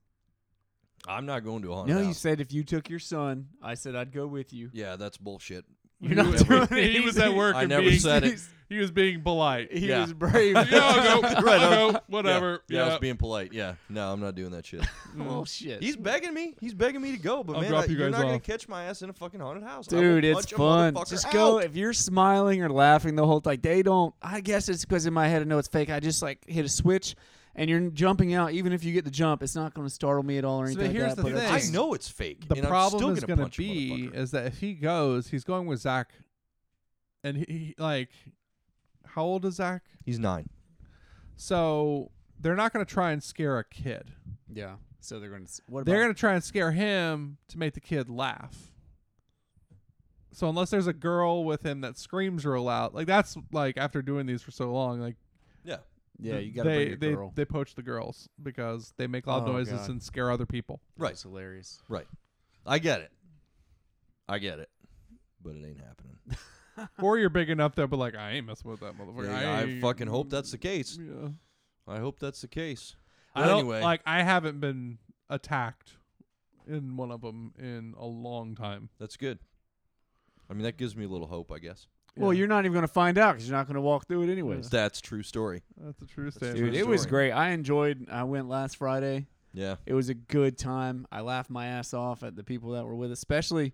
S2: I'm not going to a haunted
S1: No, you
S2: house.
S1: said if you took your son, I said I'd go with you.
S2: yeah, that's bullshit.
S1: You're not
S2: never-
S1: doing
S3: he was at
S1: anything.
S2: [LAUGHS]
S3: work.
S2: I
S3: and
S2: never
S3: being,
S2: said it.
S3: He was being polite.
S1: [LAUGHS]
S2: [LAUGHS]
S1: He
S2: Yeah.
S1: was brave.
S3: [LAUGHS] yeah, I'll go.
S2: [LAUGHS] Right,
S3: I'll
S2: I'll-
S3: go. Whatever.
S2: Yeah, yeah, I
S3: Yeah.
S2: was being polite. Yeah, no, I'm not doing that [LAUGHS] shit.
S1: oh shit.
S2: He's begging me. He's begging me to go, but
S3: I'll
S2: man,
S3: drop
S2: I,
S3: you
S2: are
S3: guys
S2: not gonna
S3: off.
S2: catch my ass in a fucking haunted house, I will
S1: Dude, it's
S2: punch a
S1: fun.
S2: motherfucker
S1: Just go.
S2: out.
S1: If you're smiling or laughing the whole like they don't. I guess it's because in my head I know it's fake. I just like hit a switch, and you're jumping out. Even if you get the jump, it's not going to startle me at all or
S3: So
S1: anything. like
S3: here's
S1: that,
S3: the
S1: but
S3: thing.
S1: I
S2: I
S1: just-
S2: know it's fake.
S3: The
S2: and I'm still
S3: problem is
S2: gonna
S3: going
S2: punch
S3: to
S2: a
S3: be
S2: motherfucker.
S3: is that if he goes, he's going with Zach, and he, he like, how old is Zach?
S2: He's nine.
S3: So they're not going to try and scare a kid.
S1: Yeah. So they're going to. What about?
S3: They're going to try and scare him to make the kid laugh. So unless there's a girl with him that screams real loud, like that's like after doing these for so long, like
S2: Yeah.
S1: yeah,
S3: th-
S1: you got to
S3: they
S1: bring your
S3: they
S1: girl.
S3: they poach the girls because they make loud
S1: Oh,
S3: noises
S1: God.
S3: and scare other people.
S2: Right.
S1: That's hilarious.
S2: Right. I get it. I get it. But it ain't happening.
S3: or you're big enough that, but like I ain't messing with that motherfucker.
S2: I, I fucking hope that's the case.
S3: Yeah.
S2: I hope that's the case.
S3: I
S2: But
S3: don't,
S2: anyway,
S3: like I haven't been attacked in one of them in a long time.
S2: that's good. I mean, that gives me a little hope, I guess.
S1: Well, you're not even going to find out because you're not going to walk through it anyways.
S2: That's true story.
S3: that's a true
S2: true.
S3: statement.
S1: Dude,
S2: True
S1: it was
S2: story.
S1: great. I enjoyed. I went last Friday.
S2: Yeah.
S1: It was a good time. I laughed my ass off at the people that were with, us, especially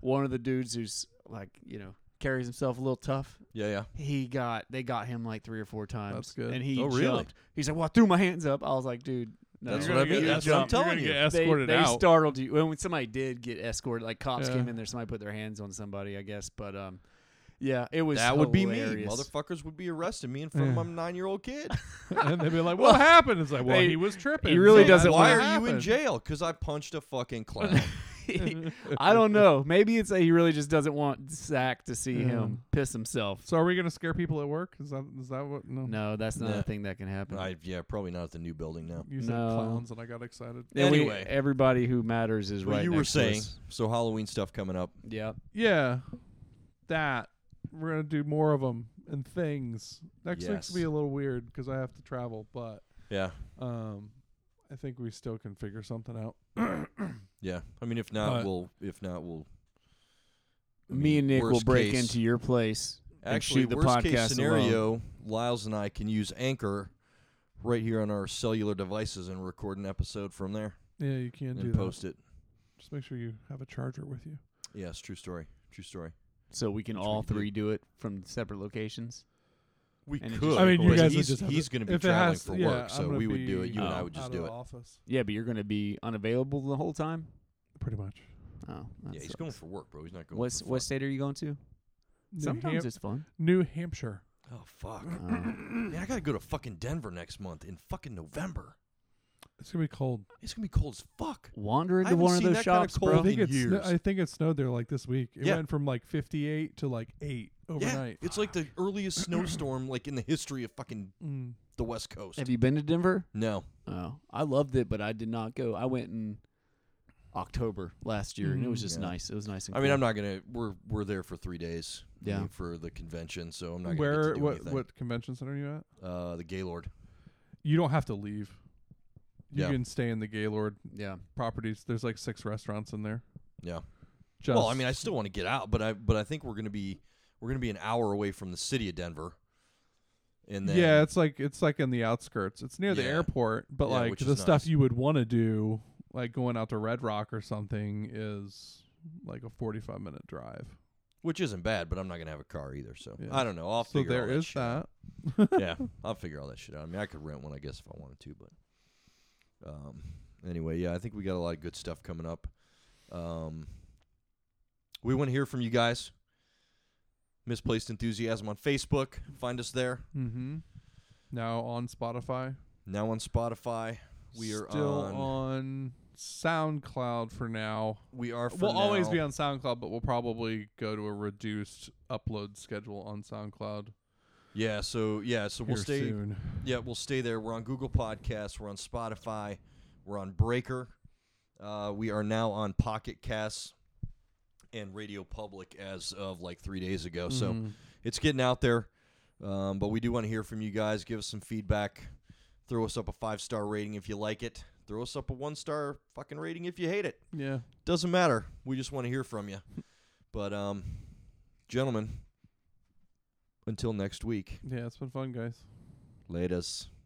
S1: one of the dudes who's like, you know, carries himself a little tough.
S2: Yeah, yeah.
S1: He got they got him like three or four times.
S3: That's good.
S1: And he
S2: Oh, really?
S1: jumped. He's like, "Well, I threw my hands up." I was like, "Dude, no."
S2: That's
S3: You're
S2: what I
S3: gonna
S2: mean.
S3: get
S2: That's what I'm
S3: jumped. You're
S2: telling
S3: gonna
S2: you.
S3: get
S1: They,
S3: escorted
S1: they
S3: out.
S1: startled you. When somebody did get escorted, like cops
S3: Yeah.
S1: came in there, somebody put their hands on somebody, I guess. But um, yeah, it was
S2: That would be me.
S1: hilarious.
S2: Motherfuckers would be arresting me in front
S3: Yeah.
S2: of my nine year old kid.
S3: and they'd be like, "What happened?" It's like, "Well,
S1: They-
S3: he was tripping."
S1: he really
S3: So
S1: doesn't
S3: that's
S2: Why
S3: what
S2: are you in
S3: happened.
S2: jail? Because I punched a fucking clown.
S1: [LAUGHS] I don't know. Maybe it's that he really just doesn't want Zach to see
S3: Yeah.
S2: Mm.
S1: him piss himself.
S3: So are we gonna scare people at work? Is that is that what? No.
S1: No, that's not
S2: Nah.
S1: a thing that can happen.
S2: I, yeah, probably not at the new building now.
S3: You said
S1: No.
S3: clowns, and I got excited.
S1: And we-
S2: Anyway.
S1: everybody who matters is
S2: Well,
S1: right.
S2: you were
S1: next to
S2: saying
S1: us.
S2: so Halloween stuff coming up.
S1: Yep.
S3: Yeah, that we're gonna do more of them and things. Next week's
S2: Yes.
S3: will be a little weird because I have to travel, but
S2: Yeah,
S3: um, I think we still can figure something out.
S2: yeah. I mean, if not,
S3: But-
S2: we'll. If not, we'll. I
S1: me and
S2: mean,
S1: Nick will
S2: worst
S1: break
S2: case-
S1: into your place. and
S2: Actually,
S1: shoot the
S2: worst
S1: podcast
S2: case scenario,
S1: alone.
S2: Lyles and I can use Anchor right here on our cellular devices and record an episode from there
S3: Yeah, you can do
S2: and post it.
S3: that. Just make sure you have a charger with you.
S2: Yes, true story. True story.
S1: so we can
S2: Which
S1: all
S2: we did.
S1: three do it from separate locations.
S2: We
S1: And it
S2: could.
S1: just I mean, you guys would
S2: he's,
S3: just have
S2: he's
S3: to-
S2: going to be
S3: if it
S2: traveling
S3: has-
S2: for
S3: yeah,
S2: work,
S3: I'm
S2: so
S3: gonna
S2: we would do it.
S3: be
S2: You and I
S1: out
S2: would
S3: out
S2: just
S3: of
S2: do
S3: the
S2: it.
S3: Office,
S1: Yeah, but you're going to be unavailable the whole time.
S3: pretty much.
S1: Oh, that
S2: Yeah, he's
S1: sucks.
S2: going for work, bro. He's not going.
S1: What's
S2: for
S1: what
S2: fun.
S1: state are you going to?
S3: New
S1: Sometimes
S3: Hamp-
S1: it's
S2: [CLEARS THROAT]
S1: fun.
S3: New Hampshire.
S2: Oh fuck! [CLEARS THROAT]
S1: Oh.
S2: Man, I gotta go to fucking Denver next month in fucking November.
S3: It's gonna be cold.
S2: It's gonna be cold as fuck.
S1: wander into
S2: haven't
S1: one of
S2: seen
S1: those
S2: that kinda
S1: shops,
S2: cold
S1: bro.
S3: I think
S2: in
S3: it's. sno-
S2: years.
S3: I think it snowed there like this week. It
S2: Yeah.
S3: went from like 58 to like eight overnight.
S2: Yeah, it's like the
S1: [CLEARS THROAT]
S2: earliest snowstorm like in the history of fucking
S3: Mm.
S2: the West Coast.
S1: Have you been to Denver?
S2: no,
S1: Oh, I loved it, but I did not go. I went in October last year, and it was
S2: Mhm.
S1: just
S2: Yeah.
S1: nice. It was nice. And
S2: I mean
S1: cool.
S2: I'm not gonna. We're we're there for three days. I
S1: Yeah.
S2: mean, for the convention, so I'm not gonna get
S3: Where?
S2: to do
S3: What?
S2: anything.
S3: What convention center are you at?
S2: Uh, the Gaylord.
S3: You don't have to leave. You
S2: Yeah.
S3: can stay in the Gaylord
S1: Yeah,
S3: properties. There's like six restaurants in there.
S2: Yeah.
S3: Just
S2: Well, I mean, I still want to get out, but I but I think we're gonna be we're gonna be an hour away from the city of Denver. And then
S3: yeah, it's like it's like in the outskirts. It's near the
S2: Yeah.
S3: airport, but
S2: Yeah,
S3: like
S2: which
S3: the
S2: is
S3: stuff
S2: nice.
S3: you would want to do like going out to Red Rock or something is like a 45 minute drive.
S2: which isn't bad, but I'm not gonna have a car either. So
S3: Yeah.
S2: I don't know. I'll
S3: So
S2: figure
S3: there
S2: all that
S3: is
S2: shit out.
S3: that.
S2: yeah, I'll figure all that shit out. I mean, I could rent one, I guess, if I wanted to. But um, anyway, yeah, I think we got a lot of good stuff coming up. Um, we want to hear from you guys. Misplaced enthusiasm on Facebook. Find us there
S3: Mm-hmm. Now on Spotify.
S2: now on Spotify. We are
S3: still
S2: on,
S3: on SoundCloud for now.
S2: We are. For
S3: we'll always
S2: now-
S3: be on SoundCloud, but we'll probably go to a reduced upload schedule on SoundCloud.
S2: Yeah. So yeah. So we'll
S3: here
S2: stay.
S3: soon.
S2: Yeah, we'll stay there. We're on Google Podcasts. We're on Spotify. We're on Breaker. Uh, we are now on Pocket Casts and Radio Public as of like three days ago. Oh, So
S3: Mhm.
S2: it's getting out there. Um, but we do want to hear from you guys. Give us some feedback. Throw us up a five star rating if you like it. Throw us up a one star fucking rating if you hate it.
S3: yeah,
S2: Doesn't matter. We just want to hear from you. But, um, gentlemen, until next week,
S3: yeah, it's been fun, guys.
S2: latest.